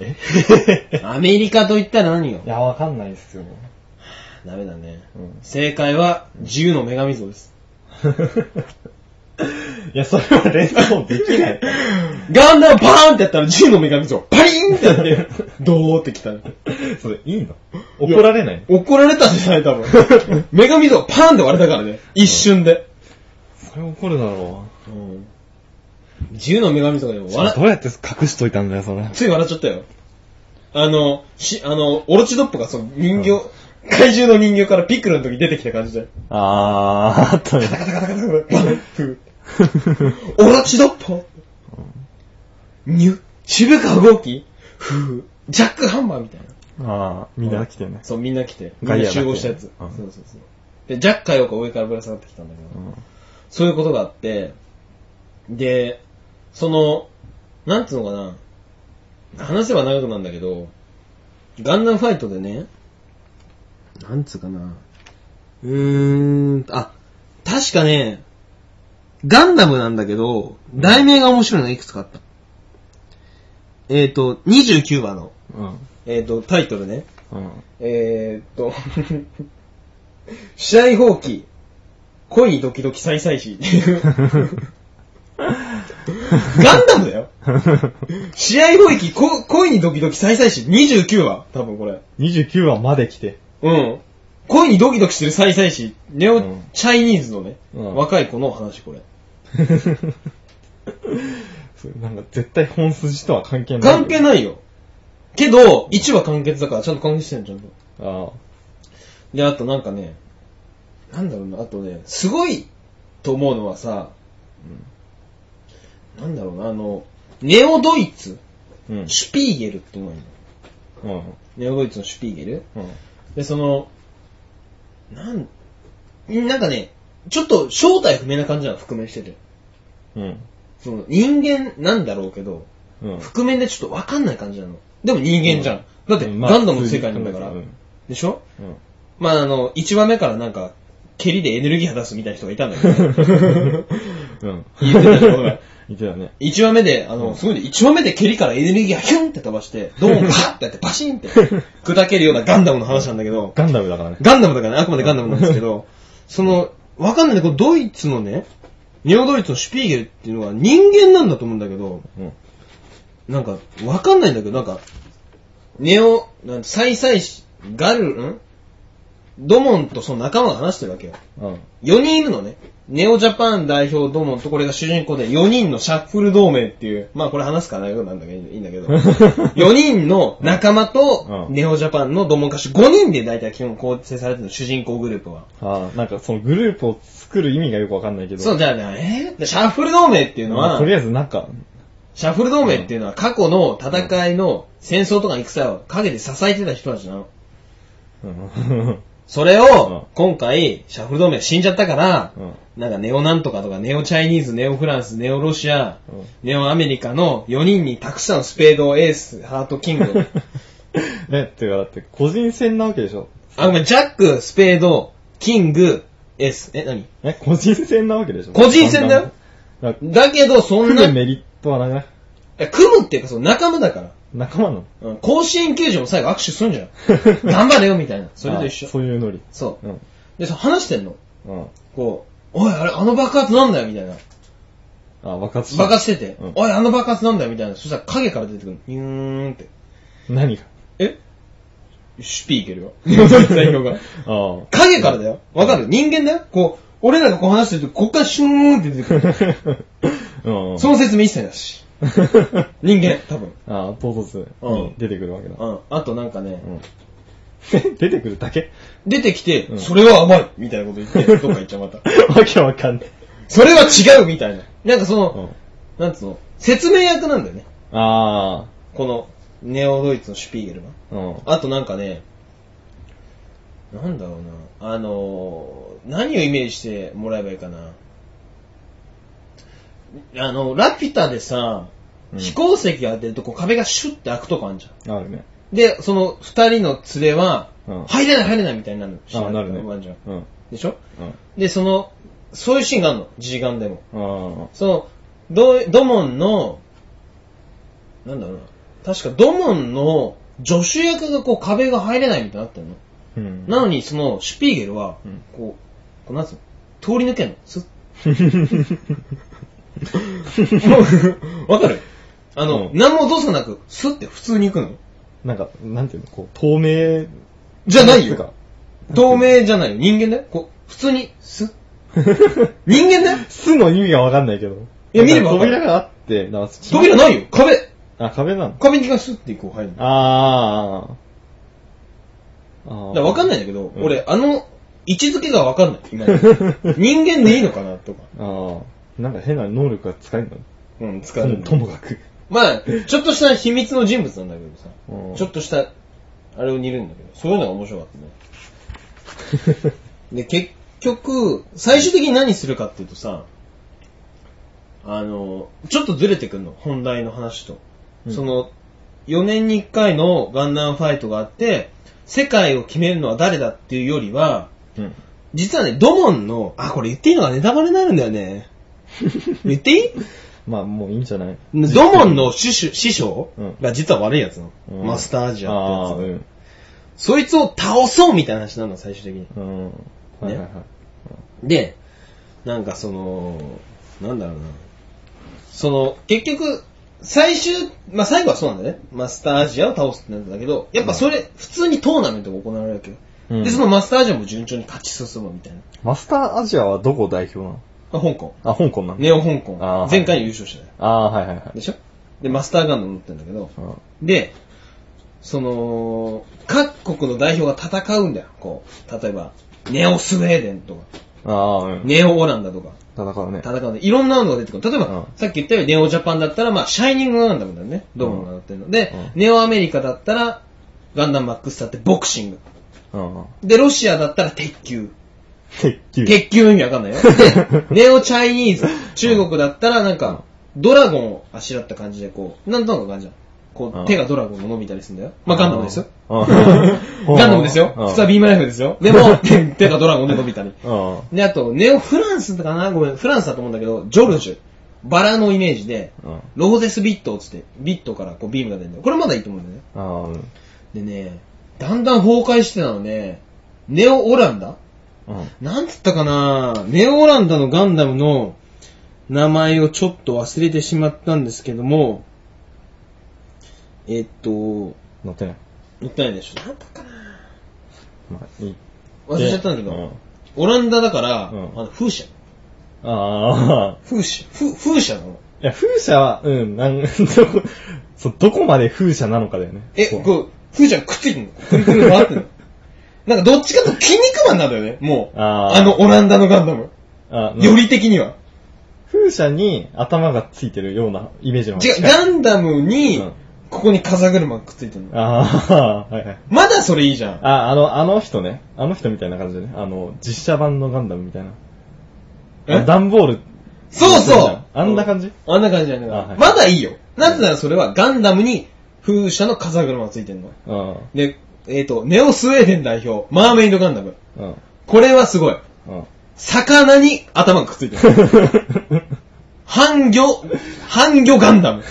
B: え
A: アメリカと言ったら何よ
B: い。や、わかんないっすよ。
A: ダメだね。
B: うん
A: 正解は、自由の女神像 です。
B: いや、それは連想できない。
A: ガンダムパーンってやったら自由の女神像、パリーンってやって、ドーってきたの。
B: それ、いいの怒られない
A: 怒られたんじゃない 多分。女神像パーンって割れたからね。一瞬で。
B: それ怒るだろ
A: うん。自由の女神像でも
B: う。それ
A: 笑
B: どうやって隠しといたんだよ、それ。
A: つい笑っちゃったよ。あの、し、あの、オロチドッポがその人形、怪獣の人形からピクルの時出てきた感じで。
B: あー、あ ったね。
A: バンフーオロチドッポニュ渋川豪樹フージャックハンマーみたいな。
B: あー、みんな来てね。
A: そう、みんな来て。み
B: ガ
A: ん
B: イア
A: な
B: だけ
A: 集合したやつ。
B: うん
A: そうそうそう。で、ジャッカようが上からぶら下がってきたんだけど、そういうことがあって、で、その、なんつうのかな、話せば長くなるんだけど、ガンダムファイトでね、なんつうかな、うーん、あ、確かね、ガンダムなんだけど、題名が面白いのがいくつかあった。えっ、ー、と、29話の、
B: うん。
A: えっ、ー、と、タイトルね。
B: うん。
A: えー、っと、 試合放棄、恋にドキドキ再 々しっていう。ガンダムだよ試合放棄、こ恋にドキドキ再々し、29話多分これ。
B: 29話まで来て。
A: うん。恋にドキドキしてる再々し、ネ
B: う
A: オ
B: ん
A: チャイニーズのね、
B: うん
A: 若い子の話これ。
B: それなんか絶対本筋とは関係ない。
A: 関係
B: い。
A: ないよ。けど、1話完結だからちゃんと完結してんのちゃんと。
B: あ
A: で、あとなんかね、なんだろうな、あとね、すごいと思うのはさ、なんだろうな、あの、ネオドイツ、
B: あ。うん。
A: シュピーゲルっていうのがいるの。
B: うん。
A: ネオドイツのシュピーゲル
B: うん。
A: で、その、なん、なんかね、ちょっと正体不明な感じなの、覆面してて。
B: うん。
A: その、人間なんだろうけど、
B: うん。
A: 覆面でちょっとわかんない感じなの。でも人間じゃん。だって、
B: まあ
A: ガンダムの世界なんだから。
B: うん。
A: でしょ
B: うん
A: まああの、1話目からなんか、蹴りでエネルギーを出すみたいな人がいたんだけど、
B: うん。
A: 言ってたよね
B: 言ってたね。
A: 1話目で、あの、
B: うん
A: すごいね、1話目で蹴りからエネルギーがヒュンって飛ばして、ドーン、パッってやって、パシン って、砕けるようなガンダムの話なんだけど、
B: ガンダムだからね。
A: ガンダムだからね、あくまでガンダムなんですけど、その、わかんないね、このドイツのね、ネオドイツのシュピーゲルっていうのは人間なんだと思うんだけど、
B: うん。
A: なんか、わかんないんだけど、なんか、ネオ、なんサイサイし、ガル、んドモンとその仲間が話してるわけよ。
B: うん。
A: 4人いるのね。ネオジャパン代表ドモンとこれが主人公で4人のシャッフル同盟っていう、まあこれ話すから長くなんだけど、いいんだけ ど、4人の仲間と
B: うん
A: ネオジャパンのドモン歌手5人で大体基本構成されてるの、主人公グループは。
B: ああ、なんかそのグループを作る意味がよくわかんないけど。
A: そう、
B: う
A: じゃあね、えーでシャッフル同盟っていうの
B: まあ
A: は
B: と、りあえずなんか、
A: シャッフル同盟っていうのは過去の戦いの戦争とか戦を陰で支えてた人たちなの。
B: うん。
A: それ
B: うん
A: を、今回、シャッフル同盟死んじゃったから、
B: うん。
A: なんかネオなんとかとか、ネオチャイニーズ、ネオフランス、ネオロシア、
B: うん
A: ネオアメリカの4人にたくさんのスペード、エース、ハート、キン グ。
B: ね、っていうかだって個人戦なわけでしょ。
A: あ、ごめん、ジャック、スペード、キング、エース。え、何
B: え、個人戦なわけでしょ。
A: 個人戦だよ
B: ガンダム。だから
A: だけど、そん
B: 組
A: な、
B: む
A: 組
B: メリットはなくない
A: むっていうか、その仲間だから。
B: 仲間な の
A: うん甲子園球場も最後握手すんじゃん。頑張れよ、みたいな。 それと一
B: あ
A: 緒。
B: そういうノリ。
A: そうう。
B: ん。
A: で、そう話してんの。
B: うん。
A: こう、おい、あれ、あの爆発なんだよ、みたいな。
B: あ、爆発した
A: 爆発してて
B: うん、
A: おい、あの爆発なんだよ、みたいな。そしたら影から出てくるの。ニューンって。
B: 何が
A: えシュピーゲ ルよ。日本ドイツ代表が。
B: あ
A: 影からだよ。わかる人間だよ。こう、俺らがこう話してると、こっからシューンって出てくる。
B: あ。うん。
A: その説明一切なし。人間、多分。
B: ああ、唐突
A: うん
B: に出てくるわけだ。
A: うん。あとなんかね、
B: うん。出てくるだけ
A: 出てきて、
B: うん
A: それは甘いみたいなこと言 って、どっか行っちゃうまた。
B: わけわかんない。
A: それは違うみたいな。なんかそうの、
B: ん。
A: なんつうの、説明役なんだよね。
B: あ
A: この、ネオドイツのシュピーゲルは。
B: あ。うん。
A: あとなんかね、なんだろうな、あのー、何をイメージしてもらえばいいかな。あの、ラピュタでさ、
B: うん
A: 飛行石が出るとこう壁がシュッて開くとこあるじゃん。
B: あるね。
A: で、その二人の連れは、
B: うん。
A: 入れない入れないみたいになるシーン
B: あ、なるね。
A: あじゃん。
B: うん。
A: でしょ
B: うん。
A: で、その、そういうシーンがあるの、G ガンでも。
B: あ
A: その、ド、ドモンの、なんだろうな、確かドモンの助手役がこう壁が入れないみたいになってんの。
B: あ。うん。
A: なのに、その、シュピーゲルは
B: うん、
A: こう、こうなんつうの通り抜けん の。スッわかるあの、
B: うん
A: 何も動作なく、スッて普通に行くの
B: なんか、なんていうの、こう、透明。
A: じゃない
B: か
A: よ。。透明じゃないよ。人間だよ。こう、普通に、スッ。人間だよ。
B: 巣の意味がわかんないけど。
A: いや見ればわかる
B: 扉があって、なんか
A: 扉ないよ。壁。
B: あ、壁なの
A: 壁にがスッてこう入るの。だか
B: あーあー。
A: らわかんないんだけど、俺、あの、位置づけがわかん ない。今人間でいいのかなとか。
B: ああ。なんか変な能力が使えるの
A: うん、使
B: と
A: う
B: もともかく。
A: まあ、ちょっとした秘密の人物なんだけどさ。
B: うん
A: ちょっとした、あれを煮るんだけど、そういうのが面白かったね。で、結局、最終的に何するかっていうとさ、あの、ちょっとずれてくんの、本題の話と。
B: うん
A: その、4年に1回のガンダムファイトがあって、世界を決めるのは誰だっていうよりは、
B: うん。
A: 実はね、ドモンの、あ、これ言っていいのがネタバレになるんだよね。言っていい
B: まあ、もういいんじゃない
A: ドモンの師匠師匠
B: うん
A: が実は悪いやつの。
B: うん
A: マスターアジア
B: ああ、
A: っ
B: う
A: てやつ。
B: ん。
A: そいつを倒そうみたいな話なの、最終的に。
B: うん。はいはいはい。
A: で、なんかその、なんだろうな。その、結局、最終、まあ、最後はそうなんだよね。マスターアジアを倒すってなるんだけど、やっぱそれ、普通にトーナメントが行われるわけよ。
B: うん
A: で、そのマスターアジアも順調に勝ち進むみたいな。
B: マスターアジアはどこ代表なの
A: まあ香港。
B: あ、香港なの
A: ネオ香港
B: あ。ー
A: 前回優勝してたよ。
B: ああ、はいはいはい
A: で。しょで、マスターガンダム乗ってんだけど、
B: うん
A: で、その、各国の代表が戦うんだよ。こう、例えば、ネオスウェーデンとか、
B: ああ、うん。
A: ネオオランダとか、
B: 戦うね。
A: 戦うね。いろんなのが出てくる。例えば、
B: うん
A: さっき言ったようにネオジャパンだったら、まあ、シャイニングガンダムだよね。ドームが乗ってるの。で、
B: うん
A: ネオアメリカだったら、ガンダムマックスだってボクシング。
B: うん。
A: で、ロシアだったら鉄球。
B: 鉄球。
A: 鉄球の意味わかん ないよ。で、ネオチャイニーズ。中国だったら、なんか、ドラゴンをあしらった感じで、こう、なんとなく感じじゃん。こ
B: うん
A: う、手がドラゴンの伸びたりするんだよ。 まあ、ガンダムですよ。
B: うん。
A: ガンダムですよ。普通はビームライフルですよ。でも、 手手がドラゴンで伸びたり。
B: うん。うん
A: で、あと、ネオフランスだかなごめん、フランスだと思うんだけど、ジョルジュ。バラのイメージで、
B: うん。
A: ローゼスビットっつって、ビットからこうビームが出るんだよ。これまだいいと思うんだよね。
B: ああ、うん。
A: でね、だんだん崩壊してたのね、ネオオランダ
B: うん。
A: なんつったかなネオオランダのガンダムの名前をちょっと忘れてしまったんですけども、えっと、
B: 乗ってない。
A: 言ったないでしょ。なんだったかな
B: まあ、いい。
A: 忘れちゃったんだけど、
B: うん
A: オランダだから、
B: うん
A: あの風車。
B: ああ。
A: 風車。風風車なの。
B: いや、風車は、うん、なん、ど こ、そう、どこまで風車なのかだよね。
A: え、
B: そう
A: こう、風ちゃんくっついてんのくるくる 回ってんのなんかどっちかというと筋肉マンなんだよね、もう。
B: あ
A: あ
B: ー
A: のオランダのガンダム。
B: あ
A: より的には。
B: 風車に頭がついてるようなイメージの方が
A: 違う、
B: 近い
A: ガンダムに
B: うん、
A: ここに風車がくっついてん の。
B: ああ、はいはい。
A: まだそれいいじゃん。
B: あ、あの、あの人ね。あの人みたいな感じでね。あの、実写版のガンダムみたいな。
A: え
B: ダンボール。
A: そうそう
B: あんな感じ
A: あんな感じなんだか
B: あは
A: ら。
B: い
A: まだいいよ。なぜならそれはガンダムに風車の風車がついてんの。
B: うん。
A: で、えっ、と、ネオスウェーデン代表、マーメイドガンダム。
B: うん。
A: これはすごい。
B: うん。
A: 魚に頭がくっついてる。半魚、半魚ガンダム。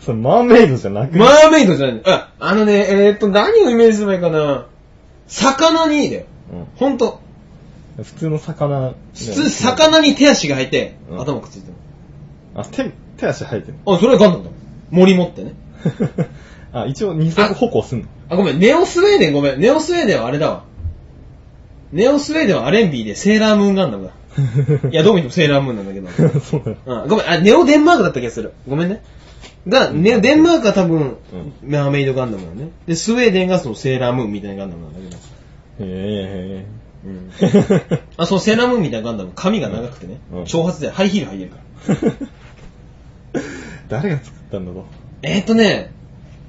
B: それ、マーメイドじゃなく
A: マーメイドじゃない。あ、あのね、えー、っと、何をイメージすればいいかな。魚にだよ。
B: う
A: ほんと。
B: ん。普通の魚。
A: 普通、。魚に手足が入って、
B: うん
A: 頭くっついてる。
B: あ、手、手足生えてる。
A: あ、それはガンダムだ。森持ってね。
B: あ、一応二足歩行すんの。
A: あ、ごめん、ネオスウェーデンごめん。ネオスウェーデンはあれだわ。ネオスウェーデンはアレンビーでセーラームーンガンダム だ。いや、どう見てもセーラームーンなんだけど。
B: そうだよ。
A: うん、ごめん、あ、ネオデンマークだった気がする。ごめんね。が、ネオデンマークは多分、
B: うん
A: マーメイドガンダムだね。で、スウェーデンがそのセーラームーンみたいなガンダムなんだけど。
B: へ
A: うん
B: え。ー。
A: あ、そう、セーラームーンみたいなガンダム、髪が長くてね、
B: うん
A: 長髪でハイヒール履いてるから。
B: 誰が作ったんだろ
A: えーっとね、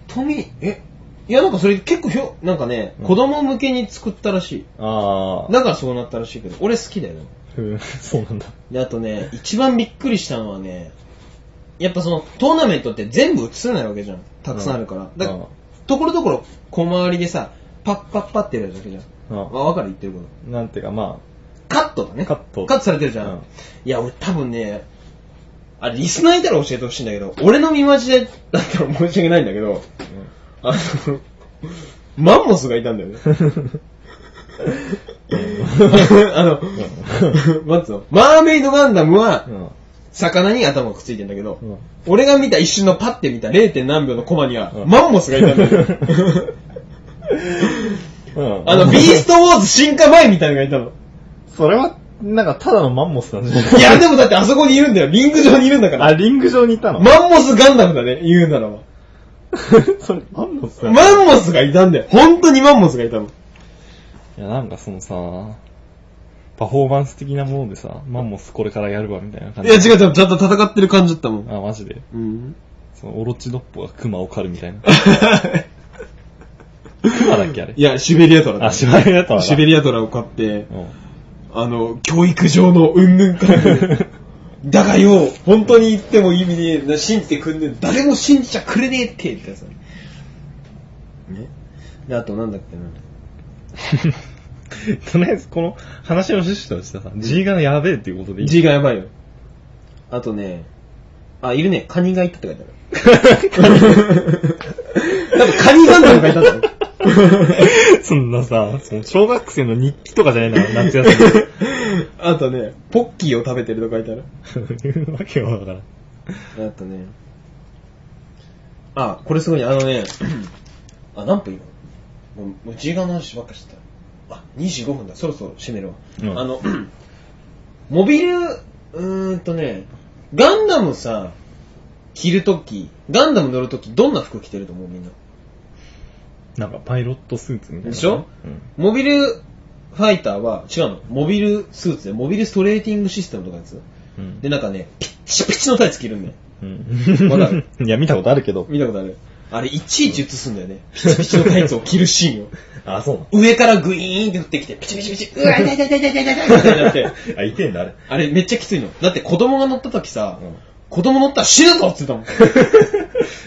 A: 富、え、いや、なんかそれ結構ひょ、なんかね、
B: うん
A: 子供向けに作ったらし
B: う。あ
A: い。だからそうなったらしいけど、俺好きだよ。
B: うん、そうなんだ。
A: で、あとね、一番びっくりしたのはね、やっぱその、トーナメントって全部映せないわけじゃん。たくさんあるから。
B: うん
A: だ
B: うん
A: ところどころ、小回りでさ、パッパッパってやるだけじゃん。
B: うん
A: わわかる言ってること。
B: なんていうか、ま
A: カットだね。
B: カット
A: されてるじゃ
B: う
A: ん。
B: ん
A: いや、俺多分ね、あれ、リスナーいたら教えてほしいんだけど、俺の見間違いだったら申し訳ないんだけど、
B: あ、
A: あの、マンモスがいたん だよね。あの、 待つの。マーメイドガンダムは
B: う、ん。
A: 魚に頭がくっついてんだけど、
B: うん
A: 俺が見た一瞬のパッて見た 0. 何秒のコマには、
B: うん
A: マンモスがいたんだよ ね。
B: うん。
A: あの、ビーストウォーズ進化前みたいなのがいた の。
B: それは、なんかただのマンモスなんじゃない
A: いや、でもだってあそこにいるんだよ。リング上にいるんだか ら。
B: あ、リング上にいたの、
A: マンモスガンダムだね、言うならば。
B: それ、マンモスだよ
A: マンモスがいたんだよ。本当にマンモスがいたの。
B: いや、なんかそのさ、パフォーマンス的なものでさ、マンモスこれからやるわみたいな感
A: い
B: じ。
A: や、違う違う、ちゃんと戦ってる感じだったもん。
B: あ、マジで。
A: うん。
B: その、オロチドッポがクマを狩るみたいな。クマだっけあれ
C: い。や、シベリアトラだ
B: あ、シベリアトラだ。
C: シベリアトラを買って、
B: うん。
C: あの、教育上のうんぬんかんぬん だがよ、
A: 本当に言っても意味ねえな、信じてくんねえ、誰も信じちゃくれねえって、みたいなさ。ね。で、あとなんだっけな。
B: とりあえず、この話の趣旨としてさ、G がやべえっていうことでいい
A: G がやばいよ。あとね、あ、いるね。カニがいたって書 いてある。多分カニガンダムがいたんだよ。
B: そんなさ、その小学生の日記とかじゃないんだから、夏休み。
C: あとね、ポッキーを食べてると書いてある。
B: そう いうわけはわからん。
A: あとね、あ、これすごいね。あ のね、あ、何分今もう、もう G ガンの話ばっかしてた。あ、25分だ。そろそろ締めるわ。
B: うん
A: あの、 モビル、うーんとね、ガンダムさ、着るとき、ガンダム乗るとき、どんな服着てると思うみんな。
B: なんかパイロットスーツみたいな。
A: でしょ
B: うん。
A: モビルファイターは、違うの。モビルスーツで、モビルストレーティングシステムとかです。
B: うん
A: で、なんかね、ピッチピチのタイツ着るんだよ。
B: うん。
A: わかる
B: いや、見たことあるけど。
A: 見たことあるあれ、いちいち映すんだよね。ピチピチのタイツを着るシーンを。
B: あ、そう
A: 上からグイーンって降ってきて、ピチピチピチ、うわ、痛い痛い痛い痛い痛い痛いみたいになって。
B: なの。あ、 いてんだ、 あれ。
A: あれ、めっちゃきついの。だって子供が乗った時さ、
B: うん
A: 子供乗ったら死ぬぞって言って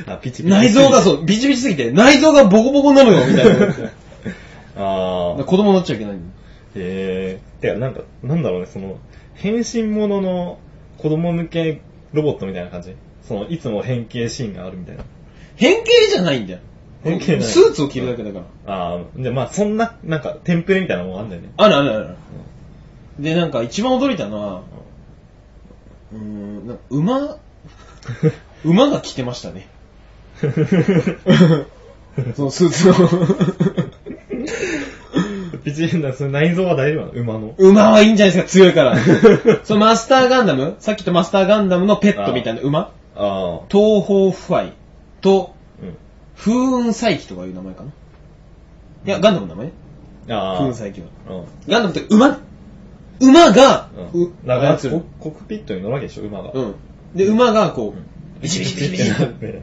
A: た
B: あ、ピチピチ。
A: もん。内臓がそう、ビチビチすぎて、内臓がボコボコになるよ、みたいな。だか
B: あ
A: ら
B: ー。
A: 子供乗っちゃいけないの。
B: へえ。てか、なんか、なんだろうね、その、変身ものの子供向けロボットみたいな感じその、いつも変形シーンがあるみたいな。
A: 変形じゃないんだよ。
B: 変形ない
A: スーツを着るだけだから。
B: ああ、じゃあまあ、そんな、なんか、テンプレみたいなもんあんだよ ね。
A: あるあるある。で、なんか一番驚いたのは、うーん、なんか馬、馬が着てましたね。 そのスーツの。
B: ピチンだ、それ内臓は大丈夫なの馬の。
A: 馬はいいんじゃないですか、強い から。そのマスターガンダム、さっきとマスターガンダムのペットみたいな馬
B: ああ。
A: 東方不敗と
B: うん。
A: 風雲再起とかいう名前かな。いや、ガンダムの名前
B: ああ。
A: 風雲再起は。
B: うん。
A: ガンダムって馬、馬が、
B: うん。だから
A: 操る
B: ココックピットに乗るわけでしょ、馬が。
A: うん。で、馬がこう、ビシビシビシビシ
B: っ
A: ってて
B: な って。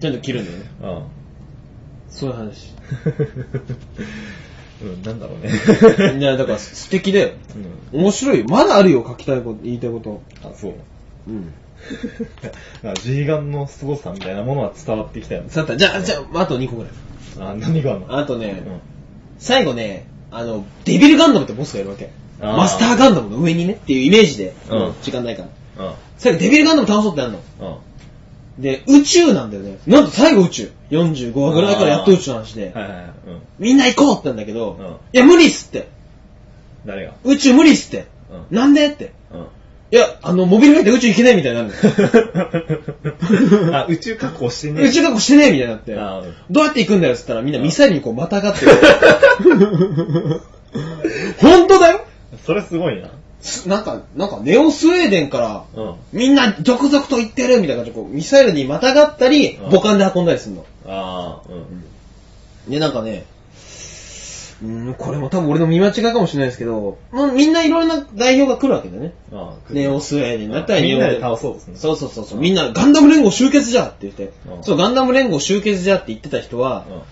A: ちゃんと切るんだよね。
B: うん。
A: そういう 話。
B: うん、なんだろうね。
A: いや、だから素敵だよ。
B: うん。
A: 面白いよ。まだあるよ、書きたいこと、言いたいこと。
B: あ、そう。
A: うん。
B: なんか G ガンの凄さみたいなものは伝わってきたよね。
A: さった、じゃあ、じゃあ、あと2個ぐらい。
B: あ、何があるの
A: あとね、
B: うん
A: 最後ね、あの、デビルガンダムってボスがいるわけ。
B: あー
A: マスターガンダムの上にねっていうイメージで、
B: うん
A: もう時間ないから。
B: うん。
A: 最後デビルガンダム倒そうってなるの。
B: うん。
A: で、宇宙なんだよね。なんと最後宇宙。45話ぐらいからやっと宇宙の話で、
B: はいはいはい。うん。
A: みんな行こうってなんだけど、
B: うん
A: いや無理っすって。
B: 誰が
A: 宇宙無理っすって。
B: う
A: なんでって。
B: うん。
A: いや、あの、モビルファイター宇宙行けないみたいになるの。
B: あ、宇宙確保してね。
A: 宇宙学校してねえみたいになって。
B: あー
A: どうやって行くんだよっつったらみんなミサイルにこうまた がってる。本当だよ
B: それすごいな。
A: すなんか、なんかネオスウェーデンから、
B: うん。
A: みんな続々と行ってるみたいな感じでこう、ミサイルにまたがったり、
B: うん
A: 母艦で運んだりするの。
B: ああ、うん。
A: で、なんかね、うーん、これも多分俺の見間違いかもしれないですけど、まあ、みんないろんな代表が来るわけだよね。
B: ああ、
A: ネオスウェーデンだったら
B: みんなで
A: 日本
B: 倒そうですね。
A: そうそうそうそう、みんなガンダム連合集結じゃって言って、
B: うん
A: そう、ガンダム連合集結じゃって言ってた人は、
B: うん。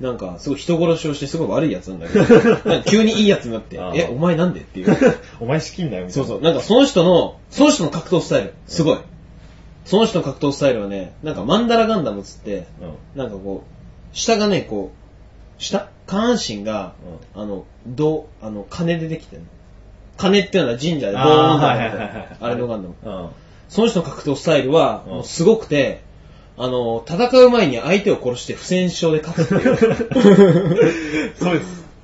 A: なんか、すごい人殺しをしてすごい悪いやつなんだけ ど、なんか急にいいやつになって
B: あ、ー
A: え、お前なんでっていう。
B: お前資金だよ、みたい
A: そう
B: な。
A: そう。なんかその人の、その人の格闘スタイル、すごい。その人の格闘スタイルはね、なんかマンダラガンダムっつって、
B: うん。うん。
A: なんかこう、下がね、こう、下下半身が、あの、銅、あの、金でできてるの。金っていうのは神社で、銅の
B: あー
A: ガンダム
B: はいはいはいはい
A: あれのガンダム。
B: うん。
A: その人の格闘スタイルは、
B: うん
A: もうすごくて、あの、戦う前に相手を殺して不戦勝で勝つってい う。
B: それ、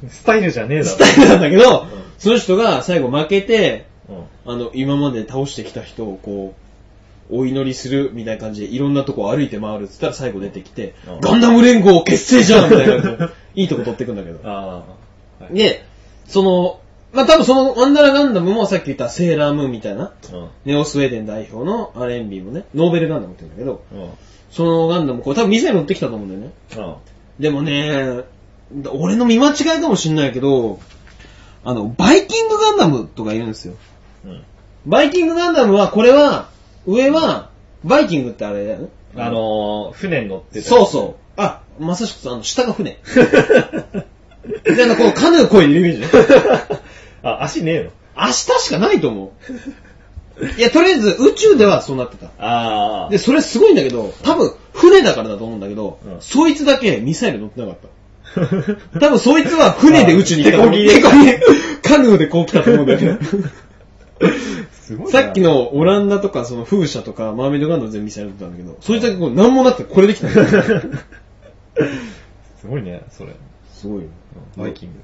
B: スタイルじゃねえだろ。
A: スタイルなんだけど、その人が最後負けて、
B: うん。
A: あの、今まで倒してきた人をこう、お祈りするみたいな感じで、いろんなとこ歩いて回るっつったら最後出てきて、
B: うん
A: ガンダム連合結成じゃんみたいな感じで、いいとこ取ってくんだけど。
B: ああ。はい。
A: で、その、まあ、多分その、ワンダラガンダムもさっき言ったセーラームーンみたいな、
B: うん。
A: ネオスウェーデン代表のアレンビーもね、ノーベルガンダムって言うんだけど、
B: うん。
A: そのガンダム、これ多分店に乗ってきたと思うんだよね。
B: うん。
A: でもね、俺の見間違いかもしんないけど、あの、バイキングガンダムとかいるんですよ。
B: うん。
A: バイキングガンダムは、これは、上は、バイキングってあれだよね。
B: あのー、船に乗ってた
A: そうそう。あ、まさしくあの、下が船。で、あの、このカヌー声いるイメージね。
B: あ、足ねえの。
A: 明日しかないと思う。いや、とりあえず、宇宙ではそうなってた。
B: ああ。
A: で、それすごいんだけど、多分、船だからだと思うんだけど、
B: うん
A: そいつだけミサイル乗ってなかった。多分、そいつは船で宇宙に行ったと思う。
B: 手漕ぎで
A: 手漕ぎカヌーでこう来たと思うんだけど。
B: すごいな
A: さっき、のオランダとか、その風車とか、マーメイドガンダム全部ミサイルだったんだけど、そいつだけこう、なんもなくてこれできたんだよ
B: すごいね、それ。
A: すごいよ。
B: バイキング。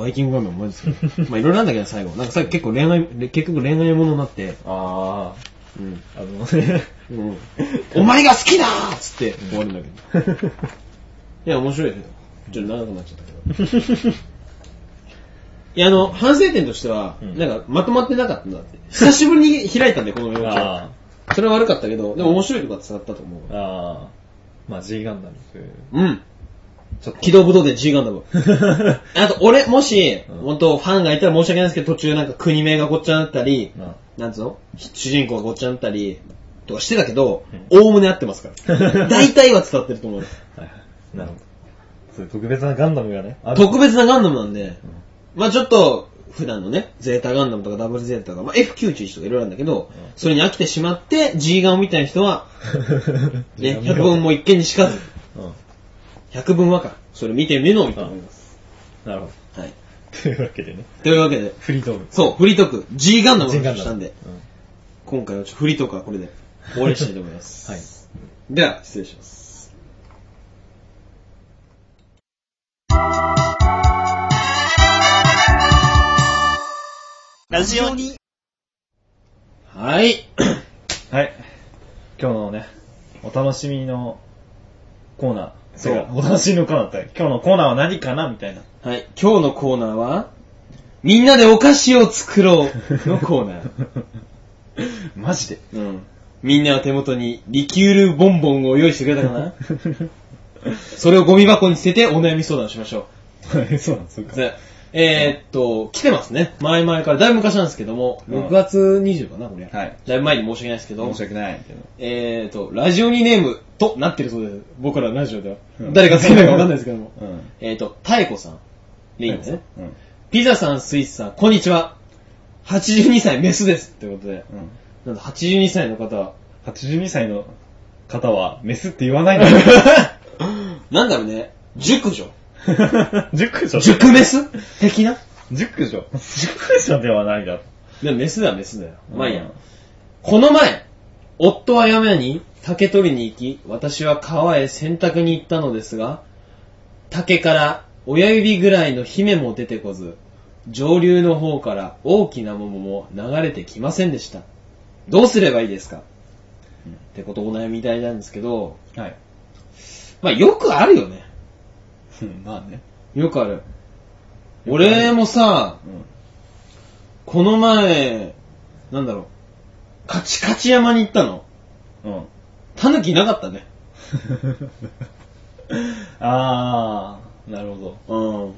A: バイキング画面マジすご い。まあいろいろなんだけど、最後。なんかさっき結構恋愛、結局恋愛ものになって、
B: あ
A: うん。
B: あ。あのね。
A: うん、お前が好きだーっつって終わるんだ け ど。いや、面白いけど。ちょっと長くなっちゃったけど。いや、あの、反省点としては、
B: うん
A: なんか、まとまってなかったんだって。久しぶりに開いたんで、この要
B: あ
A: 件。それは悪かったけど、でも面白いとこは伝わったと思う
B: あ。。ああ。まあ G ガンダム。
A: うん。
B: ちょっと。
A: 機動武道で G ガンダム。 あと、俺、もし、
B: うん
A: 本当ファンがいたら申し訳ないですけど、途中なんか国名がごっちゃになったり、
B: まあ
A: なんつうの主人公がごっちゃになったり、とかしてたけど
B: うん、
A: おおむね合ってま すから。大体は伝わってると思う。
B: はいはい。なるほど。そういう特別なガンダムがね。ある
A: 特別なガンダムなんで、まあちょっと、普段のね、ゼータガンダムとかダブルゼータとか、まあ F91 とかいろいろなんだけど、
B: うん
A: それに飽きてしまって、G ガンを見たい人は、 ね、
B: G ガン
A: 100
B: ダム
A: 分も一見にしかず、
B: うん。
A: 100分はか、それ見てみるのもいいと思います。
B: なるほど。
A: はい。
B: というわけでね。
A: というわけで、
B: フリートーク。
A: そう、フリートーク、G ガンダムの
B: G ガンダ
A: 話
B: ム
A: したんで、
B: うん
A: 今回はちょっとフリートークはこれで終わりにしたいと思い ます。
B: はい。
A: では、失礼します。
D: ラジオに
A: はい。
B: はい。今日のね、お楽しみのコーナー。
A: そう
B: てかお楽しみのコーナーって、今日のコーナーは何かなみたいな。
A: はい、今日のコーナーは、みんなでお菓子を作ろうのコー ナー。
B: マジで。
A: うん。みんなは手元にリキュールボンボンを用意してくれたかなそれをゴミ箱に捨ててお悩み相談しましょ
B: そうなんです
A: う。
B: か。
A: ぜえー、っと、来てますね。前々から、だいぶ昔なんですけども、
B: うん
A: 6月20かな、これ。
B: はい。
A: だいぶ前に申し訳ないですけど、
B: 訳ないけど。
A: えーっと、ラジオニネームとなってるそうです。僕らのラジオでは。
B: うん
A: 誰がつけたかわかんないですけ ども。
B: うん。
A: えーっと、太鼓さん。でいいんですね。
B: うん。
A: ピザさん、スイスさん、こんにちは。82歳、メスです。ってことで。
B: うん。
A: なんだ、82歳の 方は、
B: 82歳の方は、メスって言わ ないんだ
A: なんだろうね、熟女
B: 熟女
A: 熟メス的な
B: 熟女熟女ではないだろ。
A: でもメスだメスだよ。まあいいや。この前、夫は山に竹取りに行き、私は川へ洗濯に行ったのですが、竹から親指ぐらいの姫も出てこず、上流の方から大きな桃も流れてきませんでした。どうすればいいですか、
B: うん
A: ってことお悩みたいなんですけど、
B: うん。はい。
A: まあよくあるよね。
B: うんまあね。
A: よくある。俺もさ、
B: うん。
A: この前、なんだろう、カチカチ山に行ったの。
B: うん。
A: タヌキいなかったね。
B: あー、なるほど。
A: うん。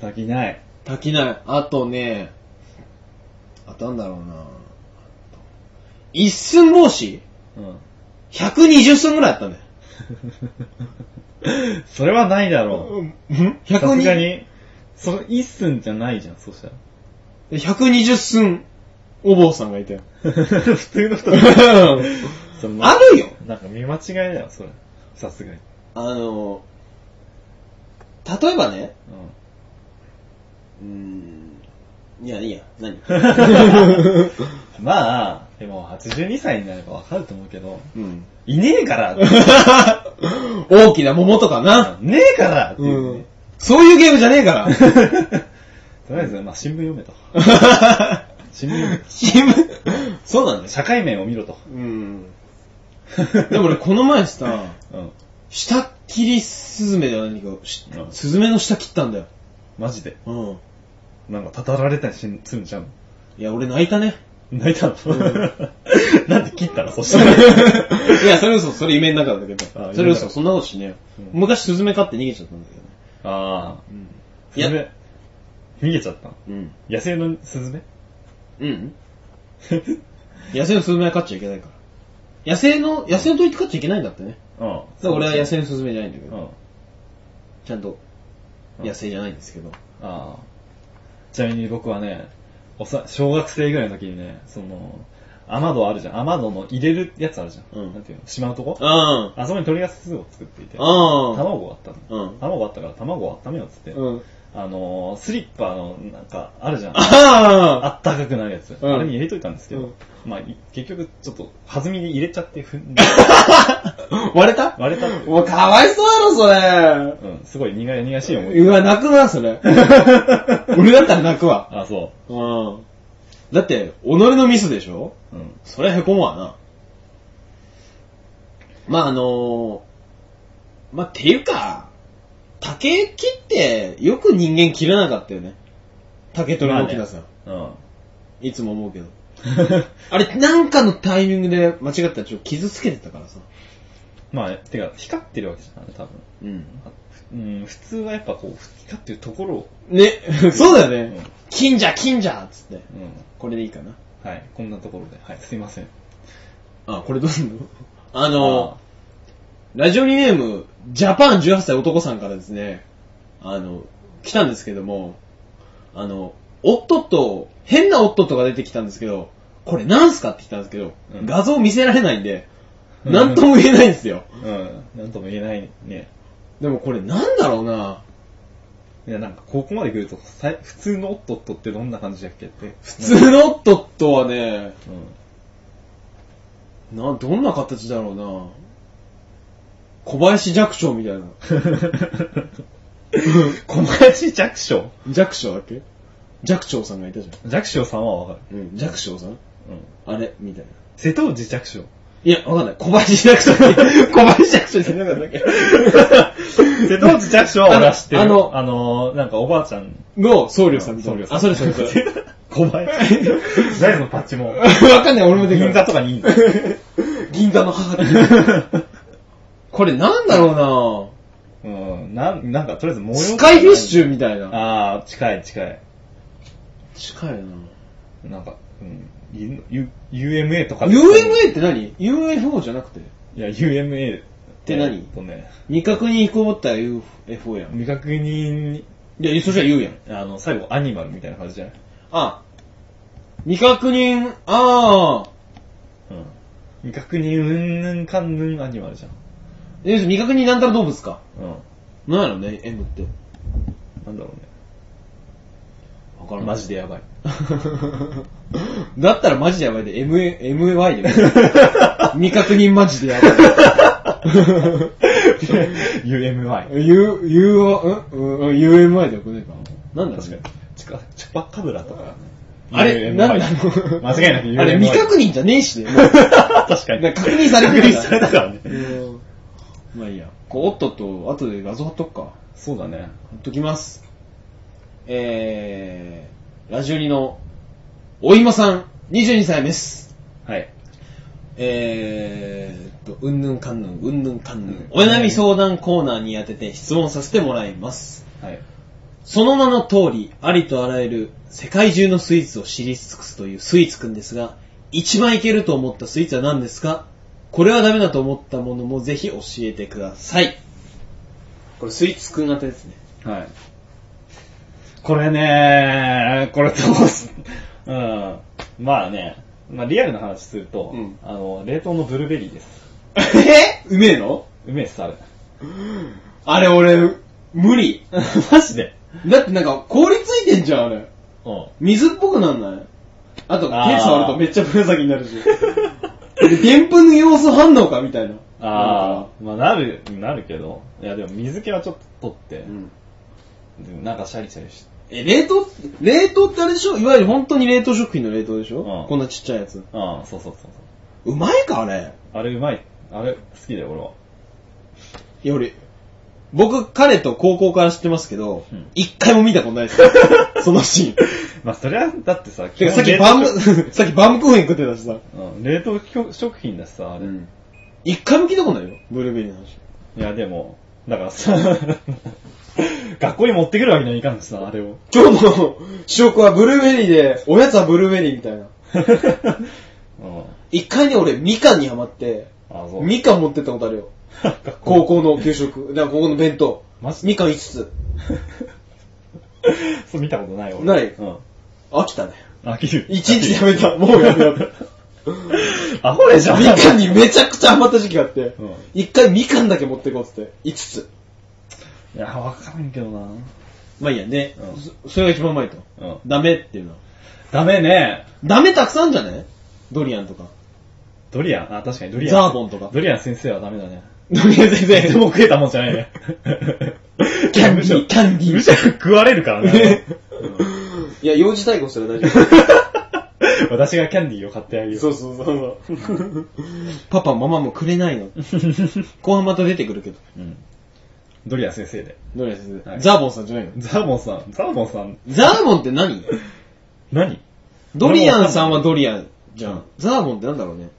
B: 先ない。
A: 滝ない。あとね、あとなんだろうな。一寸帽子
B: うん。
A: ?120 寸ぐらいあったね。
B: それはないだろ
A: うん
B: う。さすが
A: ?120
B: に、その一寸じゃないじゃん、そしたら。
A: 120寸お坊さんがいたよ。
B: 普通の人 その
A: あるよ
B: なんか見間違いだよ、それ。さすがに。
A: あの、例えばね、
B: うん。
A: うーん、いや、いいや、何
B: まあ、でも82歳になればわかると思うけど、
A: うん。
B: いねえから
A: 大きな桃とかな。
B: ねえからっていうね。
A: そういうゲームじゃね えから。
B: とりあえず、まあ新聞読めと。 新聞読めと。
A: 新聞、そうなんだよ。
B: 社会面を見ろと。
A: うん。でも俺この前さ、
B: うん。
A: 下切りスズメじゃ何か、し
B: うん
A: スズメの下切ったんだよ。
B: マジで。
A: うん。
B: なんか、たたられたりしするんじゃん。
A: いや、俺泣いた ね。
B: 泣いたの、
A: ん
B: なんで切ったのそして。
A: いや、それ嘘、それ夢の中だけど。
B: あ
A: そ
B: 夢
A: れ嘘、
B: の中
A: そんなことしねえよ。
B: うん
A: 昔スズメ飼って逃げちゃったんだけどね。
B: ああ。
A: い
B: ス
A: や
B: ズメ、逃げちゃったの
A: うん。
B: 野生のス ズメ
A: うん。野生のスズメは飼っちゃいけないから。野生の、野生の鳥って飼っちゃいけないんだってね。
B: うん。
A: だから俺は野生のスズメじゃないんだけ
B: う
A: ど、
B: ん。
A: ちゃんと
B: うん
A: 野生じゃないんですけど、
B: ああ。ちなみに僕はね、おさ小学生ぐらいの時にね、その、雨戸あるじゃん。雨戸の入れるやつあるじゃん。
A: うん
B: なんていうのしまうとこ
A: あ
B: あそこに鳥が巣を作っていて、
A: あ、ああ、
B: 卵があったの。
A: うん
B: 卵があったから卵を温めようっつって、
A: うん、
B: あのー、スリッパのなんかあるじゃん。あ
A: ああ、
B: ったかくなるやつ。
A: うん
B: あれに入れといたんですけど、
A: うん
B: まあい結局ちょっと弾みに入れちゃって踏ん
A: 割れた
B: 割れたっていう
A: もうかわいそうだろ、そ
B: うん、すごい苦い苦しい思
A: れ。
B: い。
A: うわ、泣くな、そ れ。俺だったら泣くわ。
B: あ、そ
A: うん。だって、己のミスでしょ
B: う。うん。
A: そりゃへこむわな。まああのー、まあていうか、竹切ってよく人間切らなかったよね。竹取りの木ださ、
B: うん。
A: いつも思うけど。あれ、なんかのタイミングで間違ったらちょっと傷つけてたからさ。
B: まあ、てか、光ってるわけじゃん、あれ多分。
A: うん。
B: うん、普通はやっぱこう、光ってるところを、
A: ね、そうだよ
B: うん、
A: ね。金じゃ金じゃっつって。
B: うん。
A: これでいいかな。
B: はい、こんなところで。はい、すいません。
A: あ、これどうすんの あ
B: あ
A: のー、ラジオリネーム、ジャパン18歳男さんからですね、あの、来たんですけども、あの、夫と、変な夫とが出てきたんですけど、これなんすかって来たんですけど、
B: うん
A: 画像見せられないんで、
B: うん
A: なんとも言えないんですよ。
B: ーうん、なんとも言えないね。
A: でもこれなんだろうない
B: や、なんか、ここまで来ると、さい普通のおっとっとってどんな感じだっけって。普
A: 普通の夫とはね、
B: うん。
A: な、どんな形だろうな小林寂聴みたいな。
B: 小林弱小
A: 寂聴だっけ寂聴さんがいたじゃ
B: 弱小さんはわか
A: ん。うん、寂聴さん
B: る。うん。
A: あれみたいな。
B: 瀬戸内弱小。
A: いや、わかんない。小林 弱小って、小林弱小ってなかったっ け
B: 瀬戸内弱小は俺は知ってる。
A: あ
B: あ
A: の
B: の、あのー、なんかおばあちゃん。
A: の、僧侶さんみたいな。あ、僧侶さん。僧侶さ
B: 小林。 誰そのパッチも。
A: ん わかんない、俺もでき
B: 銀
A: ない。
B: 座とかにいんの
A: 銀座の母 って。これなんだろ
B: うん、なん、なんかとりあえず模
A: う
B: 様
A: なスカイフィッシュみたいな。
B: ああ、近い近い。
A: 近いな
B: なんか、うん、U- U- UMA とか。
A: UMA って何 ?UFO じゃなくて。
B: いや、UMA って
A: 何
B: とね、
A: 未確認飛行物体は UFO やん。
B: 未確認、
A: いや、そしたら U やん。
B: あの、最後アニマルみたいな感じじゃない
A: あ、未確認、あ
B: う
A: ー。
B: ん。未確認、うんぬんかんぬんアニマルじゃん。
A: え未確認なんたら動物か。
B: うん。
A: なんやろね、M って。
B: なんだろうね。
A: わから
B: マジでや ばい。
A: だったらマジでやばいで、M、MY で。未確認マジでやば
B: UMI。
A: い。U、U は、うんうん ?UMI でよくないかななんだ
B: 確かに。チカチュパカブラとか。
A: あれ、
B: UMI
A: なんだろう
B: 間違いなく UMI。
A: あれ、未確認じゃねえしね。
B: 確かに。
A: なんか確認されて
B: 確
A: る
B: 認されたからね。
A: うんまあいいや。こう、おっとっと、後で画像貼っとくか。
B: そうだね。
A: 貼っときます。えー、ラジオリの、おいもさん、22歳です。
B: はい。
A: えーっと、うんぬんかんぬん、うんぬんかんぬん。お悩み相談コーナーに当てて質問させてもらいます。
B: はい。
A: その名の通り、ありとあらゆる世界中のスイーツを知り尽くすというスイーツくんですが、一番いけると思ったスイーツは何ですかこれはダメだと思ったものもぜひ教えてください。これスイーツくん宛てですね。
B: はい。これねこれどうす、うん。まあね、まあリアルな話すると、
A: うん
B: あの、冷凍のブルーベリーです。
A: えうめえの
B: うめえっす、あれ。
A: あれ俺、無 理。
B: マジで
A: だってなんか氷ついてんじゃん、あれ。
B: うん。
A: 水っぽくなんないあと、手
B: あー
A: 触るとめっちゃ紫にな るし。で、でんぷんの要素反応かみたいな。
B: ああ、まあなる、なるけど、いやでも水気はちょっと取っ
A: う
B: て、
A: ん
B: でもなんかシャリシャリして。
A: え、冷凍、冷凍ってあれでしょいわゆる本当に冷凍食品の冷凍でし
B: う
A: ょ、
B: ん
A: こんなちっちゃいやつ。
B: うん、そうそうそうそう。
A: うまいかあれ。
B: あれうまい。あれ好きだよ、俺は。
A: いや、俺、僕、彼と高校から知ってますけど
B: うん、
A: 一、回も見たことな いですよ。そのシーン。
B: まあそりゃ、だって さ、
A: てかさっき
B: 基
A: バウ
B: 本
A: ム
B: 冷、凍食
A: さっきバウムクーヘン食ってたしさ。
B: うん、冷凍食品だしさ、あれ。
A: 一回も聞いたことないよ。ブルーベリーの話。
B: いや、でも、だからさ、 学校に持ってくるわけにはいかんしさ、あ れを。
A: 今日の主食はブルーベリーで、おやつはブルーベリーみたいな。
B: うん。
A: 一回ね、俺、みかんにハマって、
B: あ、そう。
A: みかん持ってったことあるよ。高校の給食、だから高校の弁当。
B: マジ
A: みかん5つ。
B: そう見たことない俺。
A: ない
B: うん。
A: 飽きたね。
B: 飽きる。
A: 1日でやめ た。もうやめよう。
B: アホでしょ
A: みかんにめちゃくちゃハマった時期があって
B: うん、
A: 一回みかんだけ持ってこうっつって、5つ。
B: いや、わからんけどな。
A: まあいいやね
B: うん
A: そそれが一番うまいと。
B: うん。
A: ダメっていうのは。
B: ダメね。
A: ダメたくさんあるんじゃないドリアンとか。
B: ドリアン、あ、確かにドリアン。
A: ザーボンとか
B: ドリアン先生はダメだね。
A: ドリアン先
B: でも 食えたもんじゃない ね。
A: キャンディー、キャンディ
B: む
A: ー。
B: しろ食われるからね。
A: いや、幼児対抗したら大丈夫。
B: 私がキャンディーを買ってあげる。
A: そうそうそうそう。 パパ、ママもくれないの。後半また出てくるけど。
B: うん。ドリアン先生で。
A: どれです
B: はい
A: ザーボンさんじゃないの
B: ザーボンさん、ザーボンさん、
A: ザーボンって何
B: 何
A: ドリアンさんはドリアンじゃん。ザーボンってなんだろうね。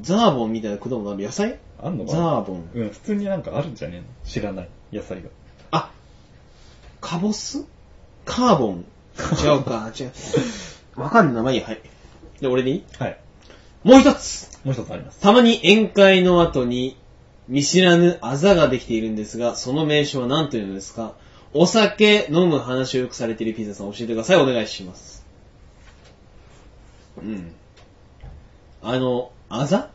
A: ザーボンみたいな果物ある野菜
B: あんのか
A: ザ
B: な
A: ーボン。
B: うん、普通になんかあるんじゃねえの知らない。野菜が。
A: あ、カボスカーボ ン。違うか、違う。わかんない名前いいや、はい。で、俺でいい
B: はい。
A: もう一つ
B: もう一つあります。
A: たまに宴会の後に見知らぬあざができているんですが、その名称は何というのですかお酒飲む話をよくされているピザさん教えてください。お願いします。うん。あの、あざ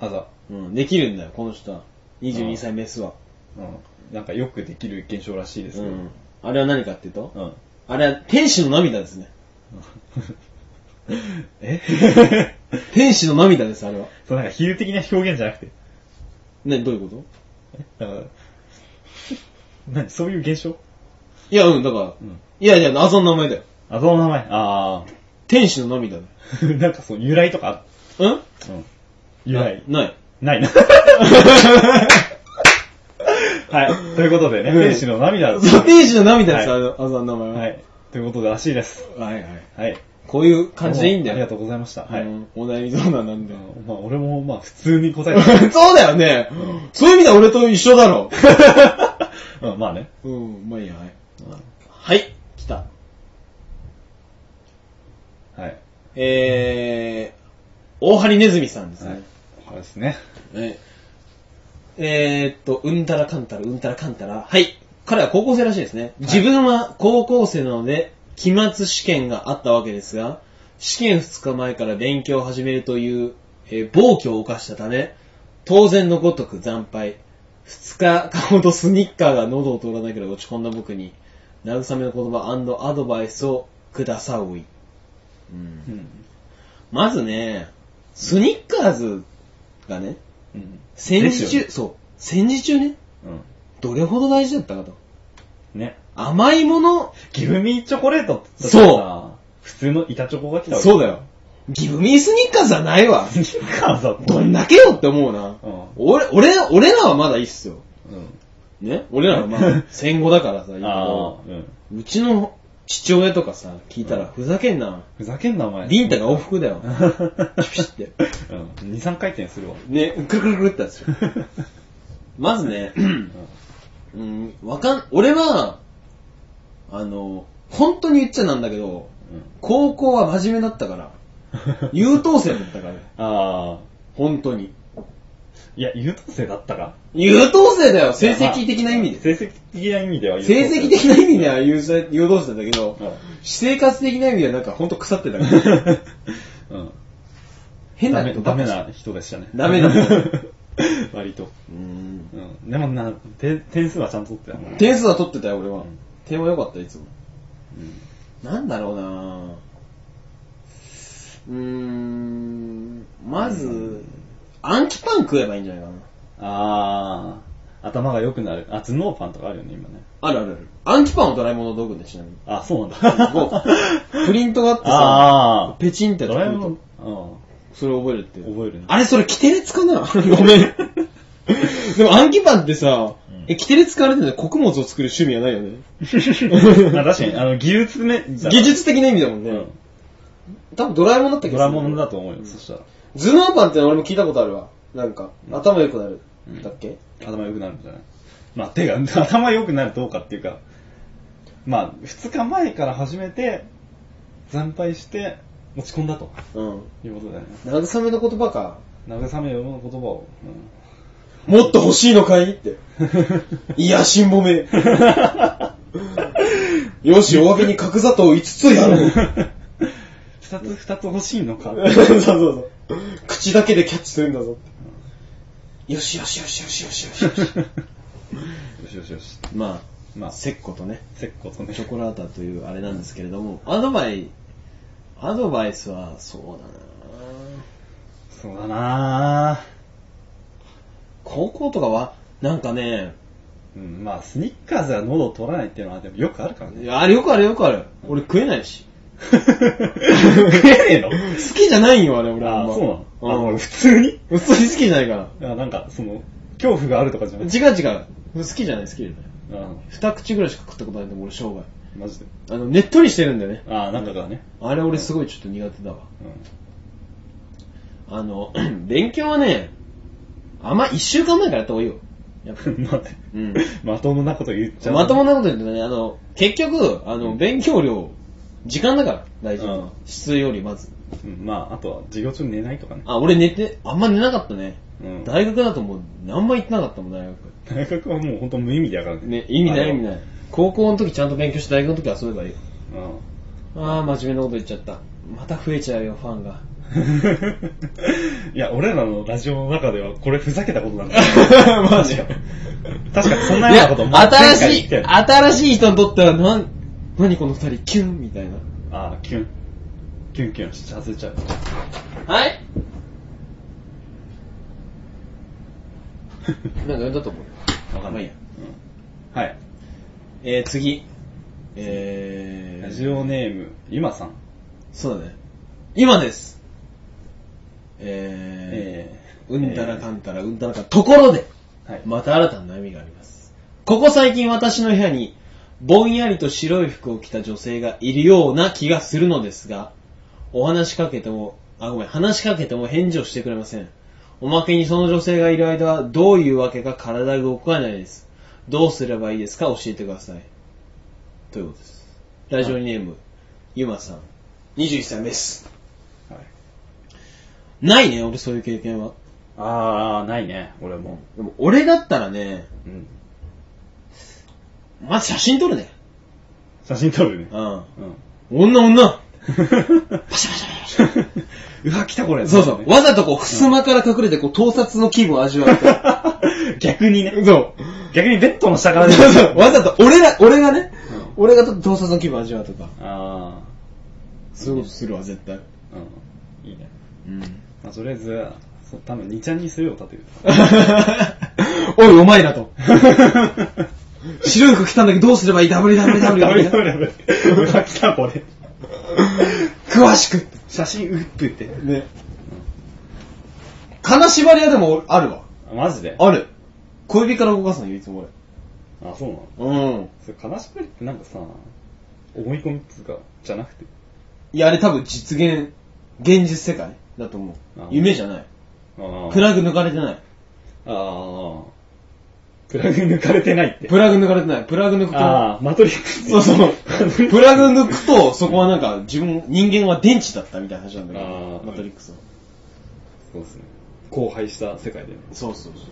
B: あざ。
A: うん、できるんだよ、この人は。
B: あ
A: 22
B: あ
A: 歳メスは。
B: うん。なんかよくできる現象らしいです
A: う
B: けど。
A: ん。あれは何かっていうと、
B: うん。
A: あれは天使の涙ですね。
B: え
A: 天使の涙です、あれは。
B: そう、なんか比喩的な表現じゃなくて。
A: ね、どういうこと
B: だから、何そういう現象
A: いや、うん、だか
B: う
A: ら、
B: ん
A: いやいや、あざの名前だよ。
B: あざの名前。あ
A: 天使の涙だよ。
B: ー。 なんかそう、由来とか
A: う
B: あ
A: ん
B: る。うん。由来。
A: なない。
B: ない な。はい。ということでね、
A: うん
B: 天使の涙です。
A: そう、天使の涙です、
B: はい
A: あのあざの名前は。
B: はい。ということで、らしいです。
A: はいはい。
B: はい。
A: こういう感じでいいんだよ。
B: ありがとうございました。は
A: う
B: い。
A: んお悩み相談なんで。
B: まあ、俺も、まあ、普通に答えた。
A: そうだよね。そういう意味では俺と一緒だろ。
B: うん、まあね。
A: うん、まあいいや、はい。はい、来た。
B: はい。
A: えー、大張ネズミさんです
B: はい
A: ね。。
B: これですね。
A: はいえーっと、うんたらかんたら、うんたらかんたら。はい。彼は高校生らしいですね。自分は高校生なので、期末試験があったわけですが、試験2日前から勉強を始めるという、えー暴挙を犯したため、当然のごとく惨敗。2日間ほどスニッカーが喉を通らないくらい落ち込んだ僕に、慰めの言葉アドバイスをくださおい。うん
B: うん。
A: まずね、スニッカーズがね、
B: うん。
A: 戦
B: です
A: 時
B: よ
A: 中、そう、戦時中ね、どれほど大事だったかと。
B: うん。ね。
A: 甘いもの、
B: ギブミーチョコレートって言った
A: そう
B: う普通の板チョコが来たう。
A: う だよ。ギブミースニッカーズはないわ。
B: スニッカーズだった
A: どんだけよって思うな。俺、俺、俺らはまだいいっすよ。
B: うん。うん。
A: ね俺らはま あ、戦後だからさ、いいけ
B: あ
A: ど
B: あ。、うん。
A: うちの父親とかさ、聞いたらふざけんな。
B: ふざけんな、お前。
A: ビンタが往復だ よ。
B: うん。
A: ピシって。
B: 2、3回転するわ。
A: ね、くるくるくるってやつ よ。まずね、うん、わかん、俺は、あの、本当に言っちゃなんだけど、
B: うん。
A: 高校は真面目だった から、優等生だったからね、
B: ああ。
A: 本当に。
B: いや、優等生だったか。
A: 優等生だよ、成績的な意味で。
B: 成績的な意味では優等
A: 成
B: 生
A: 績的な意味では優等優等生だけど
B: うん、
A: 私生活的な意味ではなんか本当腐ってたから、
B: うん。
A: 変
B: ダ
A: な
B: メ
A: 人
B: ダ
A: ばっか
B: メ
A: し
B: な人でしたね。
A: ダメな人。
B: 割と。
A: うん
B: うん。でもな、て点数はちゃんと取ってたもん。
A: 点数は取ってたよ、俺は
B: うん。
A: 点は良かった、いつも。
B: うん
A: なんだろうなぁ。うーん、まず、暗記パン食えばいいんじゃないかな。
B: あー、頭が良くなる。あ、頭脳パンとかあるよね、今ね。
A: あるあるある。暗記パンはドラえもんの道具でちな みに。
B: あ、そうなん
A: こ
B: だ。
A: うプリントがあって さ、
B: あ
A: ペチンって
B: ー、
A: やっ
B: ド
A: て
B: ラえもん、う
A: それ覚えるって。
B: ん、覚えるね。
A: あれ、それ、キテレツかな ごめん。でも、暗記パンってさ、
B: ん
A: え、キテレツ使われてるの穀物を作る趣味はないよね。
B: あ確かに、あの、技術ね、
A: 技術的な意味だもんね。
B: うん
A: 多分ドラえもんだったけ
B: ド
A: ど。
B: ラえもんだと思うよ、そしたら。
A: 頭脳パンっての俺も聞いたことあるわ。なんか、頭良くなる。だっけ
B: 頭良くなるんじゃないまあ、てか、 頭良くなるどうかっていうか、まあ、2日前から始めて、惨敗して、持ち込んだと
A: うん。
B: いうことだよね。
A: 慰めの言葉か。
B: 慰めようの言葉を。うん
A: もっと欲しいのかいって。 いや、しんぼめ。よし、おわびに角砂糖5つやろう。
B: 二つ二つ欲しいの か。
A: そうそうそう。口だけでキャッチするんだぞって。よしよしよしよしよしよしよ
B: よ
A: し。
B: しよしよし。
A: ま
B: ま
A: あ、
B: あ、
A: セッコとね、
B: せっことね
A: チ。ョコラータというあれなんですけれども、アドバイ、アドバイスは、そうだな
B: そうだなぁ。
A: 高校とかは、なんかね、
B: うん、まあ、スニッカーズは喉を取らないっていうのはでもよくあるから
A: い
B: ね。
A: やあれよくあるよくある。俺食えないし。
B: 食えねえの
A: 好きじゃないよ、あれ、 俺。
B: あ
A: んま
B: あ、そうなのあ
A: う
B: 俺
A: ん。
B: 普通に
A: 普通に好きじゃないから。
B: あなんか、その、恐怖があるとかじゃない。
A: 違う違う。好きじゃない、好きじゃない。
B: あ
A: 二口ぐらいしか食ったことないんで、俺、生涯。
B: マジで。
A: あの、ねっとりしてるんだよね。
B: ああ、なんかがね。
A: あれ、俺、すごいちょっと苦手だわ。
B: う
A: あの、 勉強はね、あんま一週間前からやった方がいいよ。やっぱ。
B: ん。まあ ね
A: うん。
B: まともなこと言っちゃう。
A: まともなこと言うとね、あの、結局、あの、勉強量、時間だから、大事なのは
B: う。
A: 質よりまず。
B: うん、まあ、あとは、授業中に寝ないとかね。
A: あ、俺寝て、あんま寝なかったね。
B: うん。
A: 大学だともう、何も行ってなかったもん、大学。
B: 大学はもう本当無意味だからね。
A: ね、意味ない意味
B: い。
A: ない。高校の時ちゃんと勉強して大学の時遊べばいいよ。
B: うん。
A: あー、真面目なこと言っちゃった。また増えちゃうよ、ファンが。
B: いや、俺らのラジオの中では、これふざけたことなんだ
A: マジか。
B: 確かにそんないような
A: や
B: こと、
A: 新し
B: っ
A: い、
B: て
A: 新しい人にとっては、なん、何この二人、キュンみたいな。
B: ああ、キュン。キュンキュンしちゃせちゃう。
A: はいなんか呼んだと思うよ。
B: わかん
A: ま
B: な
A: あ
B: い。
A: いいや。
B: うんはい。
A: えー、次。えー、
B: ラジオネーム、ゆまさん。
A: そうだね。今ですえ
B: え
A: ー、
B: ー
A: うんたらかんたら、うんたらかん。ところで、
B: はい。
A: また新たな悩みがあります。ここ最近私の部屋に、ぼんやりと白い服を着た女性がいるような気がするのですが、お話しかけても、あ、ごめん、話しかけても返事をしてくれません。おまけにその女性がいる間は、どういうわけか体が動かないです。どうすればいいですか教えてください。ということです。ラジオネーム、ゆまさん。21歳です。
B: はい、
A: ないね、俺そういう経験は。
B: ああ、ないね、俺も。
A: でも俺だったらね、
B: うん。
A: まず写真撮るね。
B: 写真撮るね。
A: う
B: う
A: ん。
B: ん。
A: 女女
B: パ
A: シャパシャパ
B: シャ。うわ、来たこれ。
A: そうそう。わざとこう、襖から隠れて、こう、盗撮の気分を味わう。
B: 逆にね。。
A: そう
B: 逆にベッドの下から
A: わ
B: 出てくる
A: ざと、俺が、俺がね
B: うん、
A: 俺が盗撮の気分を味わうとか。
B: あ
A: そういうことするわ、絶対。
B: あ、うん。いいね。
A: うん。
B: まあ、とりあえず、そう多分二ちゃんにするよ、立てる。
A: おい、お前 だと。白い服着たんだけどどうすればいい ?www。
B: ダメうわ、来たこれ。
A: 詳しく。
B: 写真うっぷって。
A: ね。金縛り屋でもあるわ。
B: あマジで
A: ある。小指から動かすのよ、いつも
B: あ、そうなの
A: 俺。うん。
B: それ悲しくりってなんかさ、思い込みっつうか、じゃなくて。
A: いや、あれ多分実現、現実世界だと思う
B: あ。
A: 夢じゃない。
B: ああ
A: プラグ抜かれてない。
B: ああ。プラグ抜かれてないって。
A: プラグ抜かれてない。プラグ抜くと、
B: ああ、マトリックス。
A: そうそう
B: あ。
A: プラグ抜くと、そこはなんか自分、人間は電池だったみたいな話なんだけ
B: あ
A: ど、
B: ー
A: マトリックスは。
B: そうですね。荒廃した世界で。
A: そうそうそう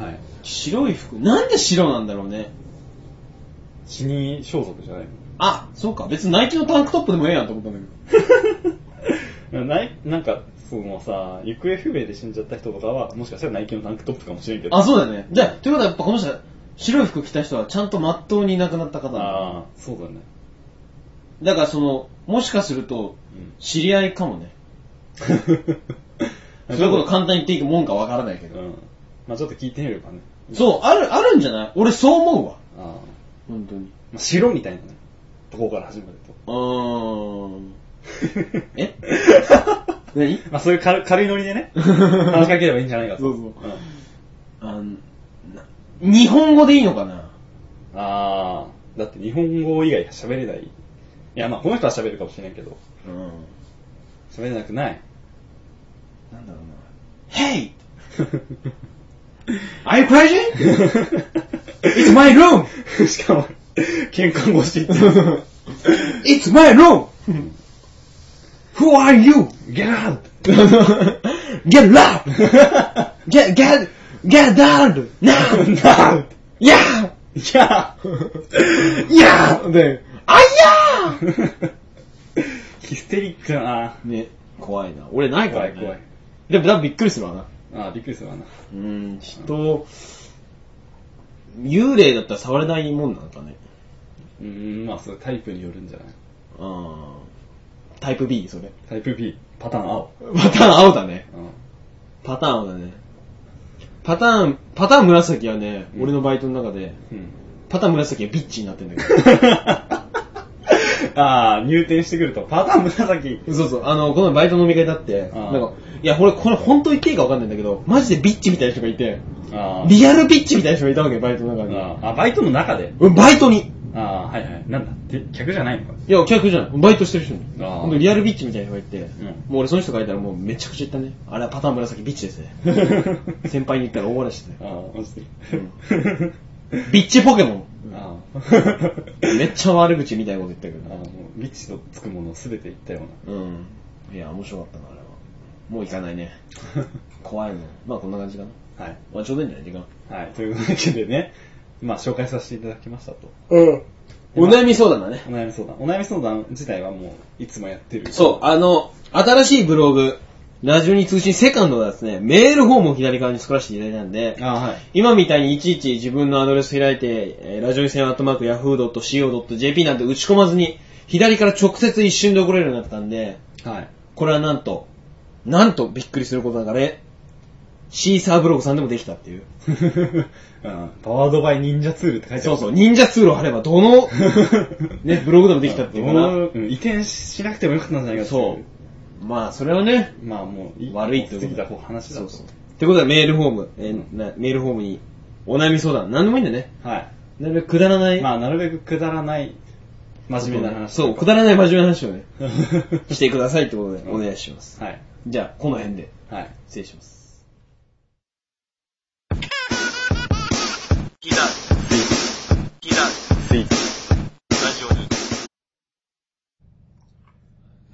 A: そう。
B: はい。
A: 白い服、なんで白なんだろうね。
B: 死に装束じゃない
A: あ、そうか。別にナイキのタンクトップでもええやんと思ったんだけど。
B: の。ない、なんか、そのさ、行方不明で死んじゃった人とかは、もしかしたらナイキのタンクトップかもしれんけど。
A: あ、そうだよね。じゃあ、ということはやっぱこの人は、白い服着た人はちゃんと真っ当にいなくなった方なんだ
B: ああ、そうだね。
A: だからその、もしかすると、
B: うん。
A: 知り合いかもね。そういうこと簡単に言っていいもんかわからないけど。
B: うん。まあちょっと聞いてみればね。
A: そう、ある、あるんじゃない俺そう思うわ。
B: ああ。ま
A: 本当に。
B: あ、白みたいなね。とこから始まると。
A: うーん。 え何
B: まあそういう軽軽いノリで ね、話しかければいいんじゃないかと。
A: そうそうんあのな日本語でいいのかな
B: あー、だって日本語以外喋れない。いや、まあこの人は喋るかもしれないけど、
A: うん。
B: 喋れなく ない。
A: なんだろうな。Hey! Are you crazy? It's my room!
B: しかも、喧嘩越しって。
A: It's my room! Who are you?
B: Get out!
A: Get up! ゲ、ゲ、ゲダールな
B: なる
A: いや
B: い や
A: ーいやー
B: で、
A: あいやー
B: ヒステリックだな
A: ね、怖いな。俺ないか
B: 怖
A: ら
B: い
A: ね。
B: 怖い。
A: でも、多分びっくりするわな。
B: ああ、びっくりするわな。
A: うん、人を、幽霊だったら触れないもんなんかね。
B: うーん、まあ、それタイプによるんじゃない
A: うん。タイプ B、それ。
B: タイプ B、パターン青。
A: パターン青だね。
B: うん
A: パターン青だね。パターン、パターン紫はね、
B: うん
A: 俺のバイトの中で、
B: うん。
A: パターン紫はビッチになってんだ け
B: ああ、入店してくると、パターン紫。
A: ど。そうそう、あの、この前バイトの飲み会だって、
B: あ
A: な
B: あ
A: んか、いや、これ、これ本当言っていいかわかんないんだけど、マジでビッチみたいな人がいて、
B: あ
A: リアルビッチみたいな人がいたわけ、バイトの中
B: ー
A: に。
B: あー、あバイトの中で。
A: うんバイトに。
B: ああ、はいはい。なんだって、客じゃ ないのか。
A: いや、お客じゃない。バイトしてる人に。
B: ああ
A: ほんとリアルビッチみたいな人がいて、
B: ん
A: もう俺その人がいたらもうめちゃくちゃ言ったね。あれはパターン紫ビッチですね。 先輩に言ったら大笑いしてたよ。
B: ああ、マジで。
A: ビッチポケモ
B: ああ。
A: ン。めっちゃ悪口みたいなこと言った
B: あ
A: け
B: あ、も
A: ど。
B: う、ビッチとつくものすべて言ったよ
A: うん。いや、面白かったな、あれは。もう行かないね。
B: う
A: 怖いもん。まあこんな感じか
B: な。
A: な。
B: はい。
A: まあちょうどいいんじゃない時間。
B: はい。というわけでね、まあ、紹介させていただきましたと。
A: うん。お悩み相談だね
B: お。悩み相談。お悩み相談自体はもう、いつもやってる。
A: そう、あの、新しいブログ、ラジオに通信セカンドはですね、メールフォームを左側に作らせていただいたんで、
B: ああ、はい。
A: 今みたいにいちいち自分のアドレス開いて、えーラジオにせんアットマーク yahoo.co.jp なんて打ち込まずに、左から直接一瞬で送れるようになったんで、
B: はい。
A: これはなんと、なんとびっくりすることだからね、シーサーブログさんでもできたっていう。
B: うんパワードバイ忍者ツールって書いてあ
A: そう
B: る。
A: そう、忍者ツールを貼れば、どの、 ね、ブログでもできたっていうかな。
B: うん移転しなくてもよかったんじゃないかってい
A: そう。まあ、それはね、
B: まあもう、
A: 悪いっ
B: 過
A: てこと
B: ぎた方話だ
A: そ
B: と。
A: うそう。ってことはメールフォーム、えーなメールフォームに、お悩み相談、なんでもいいんだね。
B: は
A: なるべくくだらない
B: い。、まあなるべくくだらない、真面目な話。
A: そう、くだらない真面目な話をね、
B: は
A: してくださいってことでお願いします。
B: い。
A: じゃあ、この辺で、
B: はい。
A: 失礼します。
B: スイーツ。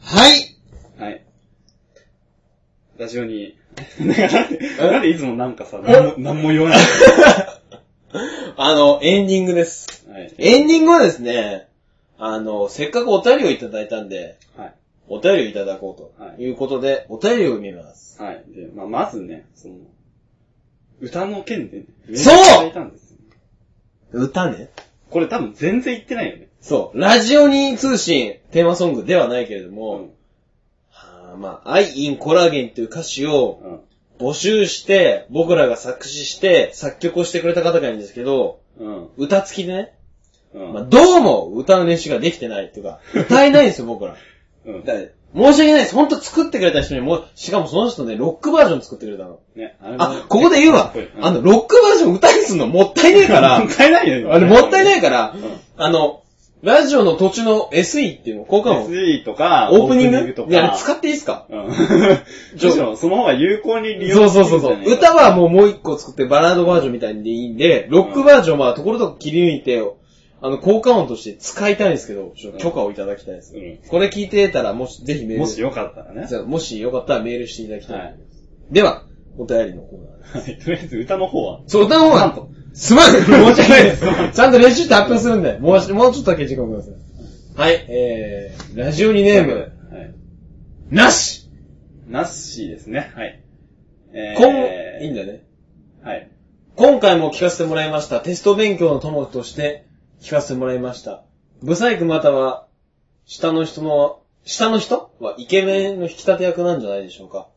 A: はい
B: はい。ラジオに、 なんでいつもなんかさ、なんもなんも言わない。
A: あの、エンディングです。
B: はい。
A: エンディングはですね、あの、せっかくお便りをいただいたんで、
B: はい。
A: お便りをいただこうということで、お便りを見ます。
B: はい。で、まあまずね、その、歌の件でね、
A: そう
B: メールいただいたんですよ
A: 歌ね。
B: これ多分全然言ってないよね。
A: そう、ラジオに通信、テーマソングではないけれども、
B: うん
A: はあまあ、I in コラーゲンという歌詞を
B: うん。
A: 募集して、僕らが作詞して、作曲をしてくれた方がいいんですけど、
B: うん。
A: 歌付きでね、
B: うん。
A: まあ、どうも歌の練習ができてないっていうか、歌えないんですよ、僕ら。
B: うん。
A: だから申し訳ないです。ほんと作ってくれた人にも、しかもその人ね、ロックバージョン作ってくれたの。
B: ね、あれも
A: あ、ここで言うわ
B: うん。
A: あの、ロックバージョン歌にすんのもったいねえから、
B: もったいないよね。
A: あれもったいない
B: か
A: か
B: う
A: ら
B: ん、
A: あの、ラジオの途中の SE っていうの、効果音、
B: SE とか、
A: オープニング
B: と
A: いやあ
B: か。
A: れ使っていいですか
B: うん。む
A: じゃあ
B: しろ、その方が有効に利用
A: そうそうそうそう。歌
B: は、
A: はもうもう一個作ってバラードバージョンみたいにでいいんで、ロックバージョンはところどころ切り抜いて、あの、効果音として使いたいんですけど、ちょっと許可をいただきたいです。
B: うん
A: これ聞いてたら、もし、ぜひメール。
B: もしよかったらね。
A: じゃあもしよかったらメールしていただきたい。
B: はい
A: では、お便りのコーナーです。
B: はい とりあえず歌の方は。
A: そう、歌の方
B: なん
A: は
B: と、
A: すまん申し訳ないです
B: すまん。
A: ちゃんと練習して発表するんで、もうし、もうちょっとだけ時間ください。はい、えー、ラジオにネーム、
B: はい。
A: なし
B: ナッシーですね。はい。え
A: 今、いいんだよね。
B: はい。
A: 今回も聞かせてもらいました。テスト勉強の友として聞かせてもらいました。ブサイクまたは、下の人の、下の人はイケメンの引き立て役なんじゃないでしょうか。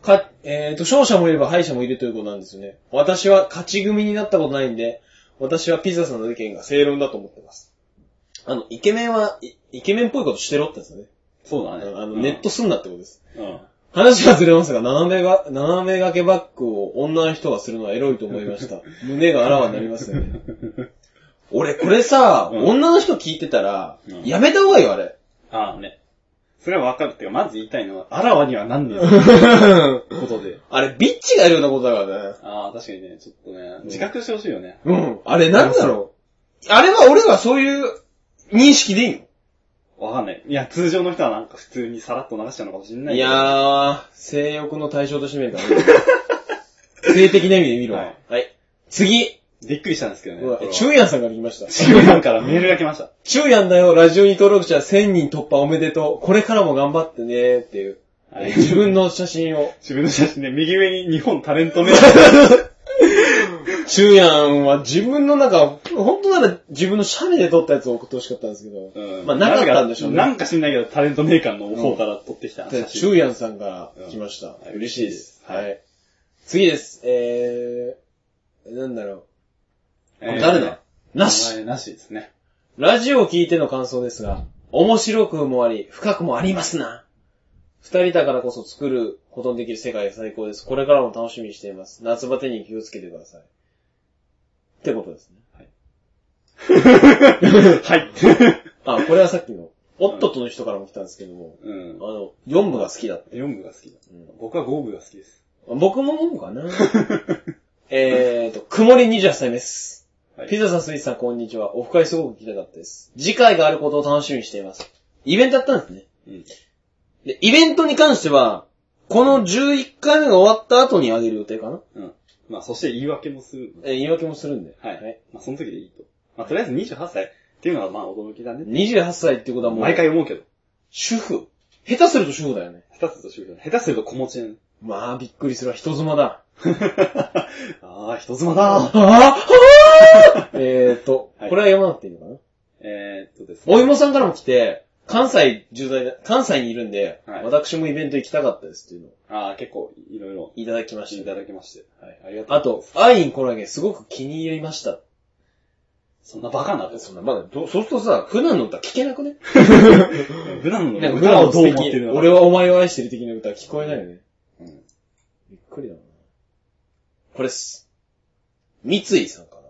A: か、えっ、と、勝者もいれば敗者もいるということなんですよね。私は勝ち組になったことないんで、私はピザさんの意見が正論だと思ってます。あの、イケメンは、イイケメンっぽいことしてろってやつだね。
B: そうだ
A: あ
B: ね。
A: の、あの
B: うん
A: ネット。すんなってことです。
B: うん。
A: 話はずれますが、斜めが、斜め掛けバッグを女の人がするのはエロいと思いま した。胸があらわになりますよね。俺、これさ、
B: うん
A: 女の人聞いてたら、
B: うん
A: やめた方がいいよ、あれ。
B: ああね。それはわかるっていうか、まず言いたいのは、あらわにはなんねえことで。
A: あれ、ビッチがやるようなことだからね。
B: ああ、確かにね、ちょっとね、自覚してほしいよね。
A: うん。あれ、なんだろう。あれは俺はそういう認識でいい
B: わかんない。いや、通常の人はなんか普通にさらっと流しちゃうのかもしれな
A: の
B: い
A: い
B: けど。
A: やー、性欲の対象としてみるからね。性的な意味で見ろ。
B: は
A: はい
B: い。
A: 次。
B: びっくりしたんですけどね。これは
A: チュウヤンさんから来ました。
B: 中央からメールが来ました。
A: チュウヤンだよ、ラジオに登録者1000人突破おめでとう。これからも頑張ってねーっていう。
B: はい
A: 自分の写真を。
B: 自分の写真で右上に日本タレン ト名。
A: チュウヤンは自分の中、本当なら自分の写メで撮ったやつを送ってほしかったんですけど。
B: うん
A: まあなかったんでしょうね。
B: なんか知んないけど、タレントメーカーの方から撮ってきた
A: で
B: 写
A: チュ
B: 真。
A: ウヤンさんから来ました。
B: うん
A: 嬉しいです。
B: はい
A: はい。次です。えー、なんだろう。
B: えー
A: 誰だな
B: 名
A: し
B: 前なしです ね。
A: ラジオを聞いての感想ですが、面白くもあり、深くもありますな。二人だからこそ作ることのできる世界が最高です。これからも楽しみにしています。夏バテに気をつけてください。ってことですね。
B: はい。
A: あ、これはさっきの、おっとっとの人からも来たんですけども、
B: うん
A: あ。の、4部が好きだ。
B: 4部が好きだ。
A: うん
B: 僕は5部が好き です。
A: 僕も4部かな。えーと、曇り28歳目です。
B: はい
A: ピザさん、スイーツさん、こんにちは。オフ会すごく聞きたかったです。次回があることを楽しみにしています。イベントだったんですね。
B: うん
A: で、イベントに関しては、この11回目が終わった後にあげる予定かな
B: うん。まあ、そして言い訳もする。
A: えー言い訳もするんで。
B: はい。まあ、その時でいいと。まあ、とりあえず28歳っていうのはまあ驚きだね。
A: 28歳ってことはもう、
B: 毎回思うけど。
A: 主婦。下手すると主婦だよね。
B: 下手すると主婦だね下手すると子持ちだね。
A: まあ、びっくりするわ。人妻だ。
B: ああ、人妻だ。
A: ああえーと、
B: はい
A: これは読まなくていいのかな
B: えーっとですね。
A: お芋さんからも来て、関西重大な、関西にいるんで、
B: はい
A: 私もイベント行きたかったですっていうのを
B: ああ、結構いろいろ
A: いただきまし
B: い
A: た。
B: ただきまして。はい。ありがとう
A: あ
B: ございま
A: と
B: す、
A: アインコラゲンすごく気に入りました。
B: そんなバカなと。
A: そんな、まだ、どそうするとさ、普段の歌聞けなくね
B: 普段の
A: なんか普
B: 歌
A: 段
B: をど
A: の素
B: う
A: 敵
B: 思ってるのか
A: 俺はお前を愛してる的な歌は聞こえないよね。
B: うん
A: びっくりだな。これっす。三井さんかな。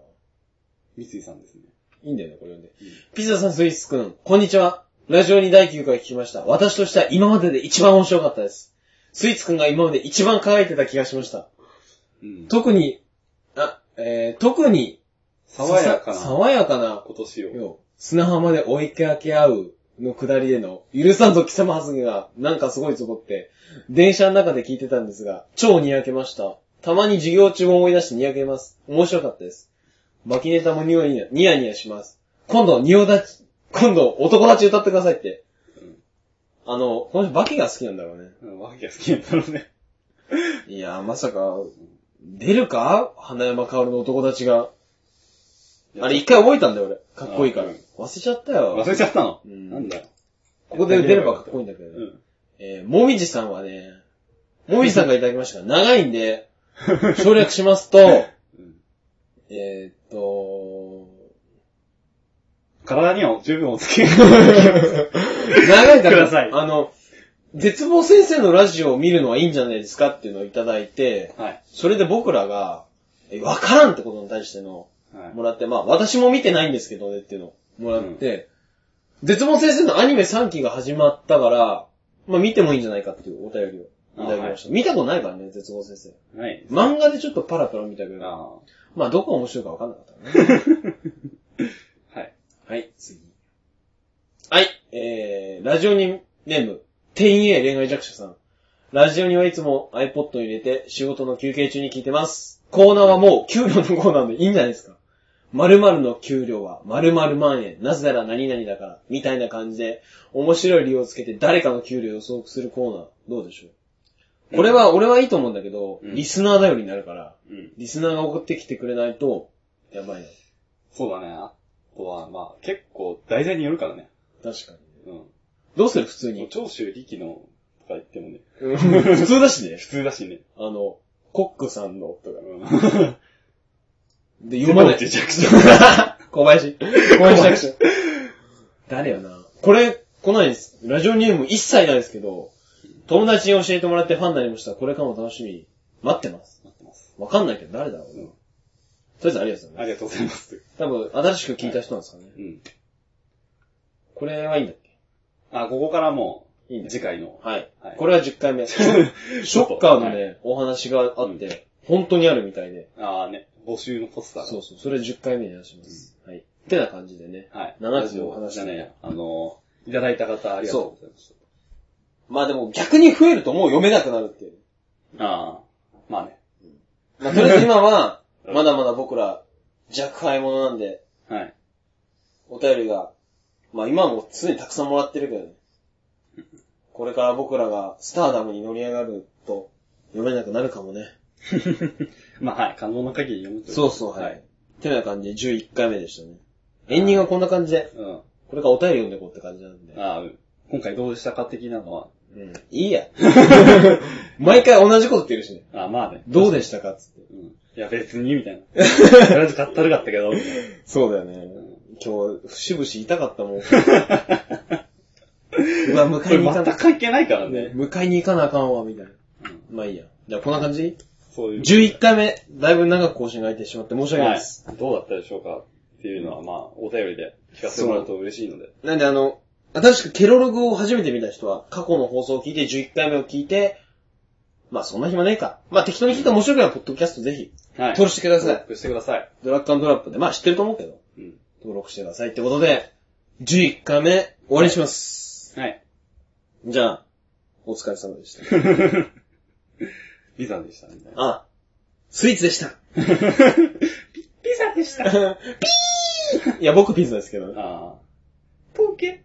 B: 三井さんですね。
A: いいんだよね、これ読んで
B: うん。
A: ピザさん、スイーツくん、こんにちは。ラジオに第9回聞きました。私としては今までで一番面白かったです。スイーツくんが今まで一番輝いてた気がしました。
B: うん。
A: 特に、あ、えー、特に、
B: 爽やか
A: さ
B: な
A: 爽やかな、
B: 今年を。
A: よ砂浜で追いかけ合うの下りでの、許さんと貴様発言が、なんかすごいツボって、電車の中で聞いてたんですが、超にやけました。たまに授業中も思い出してにやけます。面白かったです。バキネタもニヤニヤ、ニヤニヤします。今度、ニオ立ち、今度、男立ち歌ってくださいって。
B: うん
A: あの、この人バキが好きなんだろうね。
B: うん、わけが好きなんだろうね。
A: いやー、まさか、出るか花山薫の男たちが。あれ、一回覚えたんだよ、俺。かっこいいから
B: うん。
A: 忘れちゃったよ。
B: 忘れちゃったの。
A: うん
B: なんだよ。
A: ここで出ればかっこいいんだけどね。
B: うん。
A: えー、もみじさんはね、もみじさんがいただきましたが、長いんで、省略しますと、
B: うん
A: えーっと、
B: 体には十分お 付き合い。
A: 長いか
B: く
A: ら、
B: ださい
A: あの、絶望先生のラジオを見るのはいいんじゃないですかっていうのをいただいて、
B: はい。
A: それで僕らが、えわからんってことに対しての、
B: はい。
A: もらって、まあ、私も見てないんですけどねっていうのをもらって、絶望先生のアニメ3期が始まったから、まあ見てもいいんじゃないかっていうお便りをいただきました。見たことないからね、絶望先生。
B: はい。
A: 漫画でちょっとパラパラ見たけ
B: あ
A: ど、
B: あ。は
A: まあどこが面白いかわかんな かったね。
B: い。
A: はい、次。はい、えー、ラジオにネーム、天英恋愛弱者さん。ラジオにはいつも iPod を入れて仕事の休憩中に聞いてます。コーナーはもう給料のコーナーでいいんじゃないですか。〇〇の給料は〇〇万円、なぜなら何々だから、みたいな感じで、面白い理由をつけて誰かの給料を予測するコーナー、どうでしょう。これは、俺はいいと思うんだけど、
B: うん
A: リスナー頼りになるから、
B: うん。
A: リスナーが送ってきてくれないと、やばいな。
B: そうだね。あとは、まあ、結構、題材によるからね。
A: 確かに。
B: う
A: どうする普通
B: ん。
A: に。
B: 長州力の、とか言ってもね、
A: 普通だしね。
B: 普通だしね。
A: あの、コックさんのとか。
B: うん。
A: で、読まない。
B: 自
A: 小
B: 暴自棄
A: 林。小林作者。誰よな。これ、来ないです。ラジオニューム一切ないですけど、友達に教えてもらってファンになりました。これからも楽しみに。待ってます。
B: 待ってます。
A: わかんないけど誰だろうな。
B: うん
A: とりあえずありがとうござ
B: あ
A: い
B: り
A: ま
B: がとうございます。
A: す。多分、新しく聞いた人なんですかね。
B: うん。
A: これはいいんだっけ
B: あ、ここからも
A: いいん
B: う、
A: だっけ
B: 次回の。
A: はい
B: はい。
A: これは10回 目。ショッカーのね、お話があって、本当にあるみたいで。
B: ああね、募集のポスターが。
A: そうそう、それ10回目に出します。はい。ってな感じでね。
B: はい。
A: 7つのお話
B: じゃねえやあのー、いただいた方、ありがとうございまし
A: まあでも逆に増えるともう読めなくなるっていう。
B: た。ああ、まあね。
A: まあ、とり あえず今は、まだまだ僕ら、弱敗者なんで、
B: はい。
A: お便りが、まあ今も常にたくさんもらってるけどね。これから僕らがスターダムに乗り上がると、読めなくなるかもね。
B: まあはい、可能な限り読むとい
A: そうそう、はい。。てな感じで11回目でしたね。エンディングはこんな感じで、
B: うん。
A: これからお便り読んでこうって感じなんで。
B: ああ、今回どうでしたか的なのは、
A: うん。い いや。毎回同じこと言ってるしね。
B: ああ、まあね。
A: どうでしたかっつって。
B: うん。いや、別に、 みたいな。とりあえずかったるかったけ ど、みたいな
A: そうだよね。今日、節々痛 かったもん。
B: これ
A: うわ、迎えに行か
B: 全
A: な
B: く、関係ないからね。
A: 迎えに行かなあかんわ、みたいな。
B: うん
A: まあいいや。じゃあこんな感じ
B: そういう。
A: 11回目、だいぶ長く更新が空いてしまって申し訳ないです。
B: はい。どうだったでしょうかっていうのは、まあ、お便りで聞かせてもらうと嬉しいので。
A: なんであの、新しくケロログを初めて見た人は、過去の放送を聞いて11回目を聞いて、まあそんな暇ねえか。まあ適当に聞いて面白いから、ポッドキャストぜひ、
B: はい。
A: 登録してくださ
B: 登
A: い。
B: 録してください。
A: ドラッグドラップで、まあ知ってると思うけど、
B: うん。
A: 登録してくださいってことで、11回目、終わりにします。
B: はい。
A: じゃあ、お疲れ様でした。
B: ピザでしたね。
A: あ、スイーツでした。
B: ピザでした
A: ピーいや、僕ピザですけどね。
B: ああ。ポケ。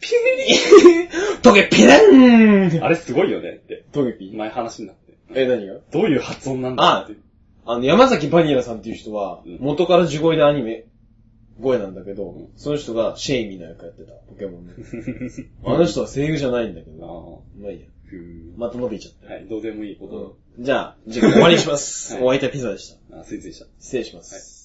A: ピートゲピラン
B: あれすごいよねって。
A: トゲピー
B: 前話になって。
A: え、何が
B: どういう発音なんだって。
A: あの、山崎バニラさんっていう人は
B: うん、
A: 元から地声でアニメ声なんだけど、
B: うん
A: その人がシェイミーの役やってたポケモンね。あの人は声優じゃないんだけ
B: ああ
A: ど、。まあいいや。
B: ふー
A: また伸びちゃった。
B: はい、どうでもいいこと。
A: うんじゃあ、次回終わりにします。
B: はい
A: お相手はピザでした。
B: あ、スイーツでした。
A: 失礼します。
B: はい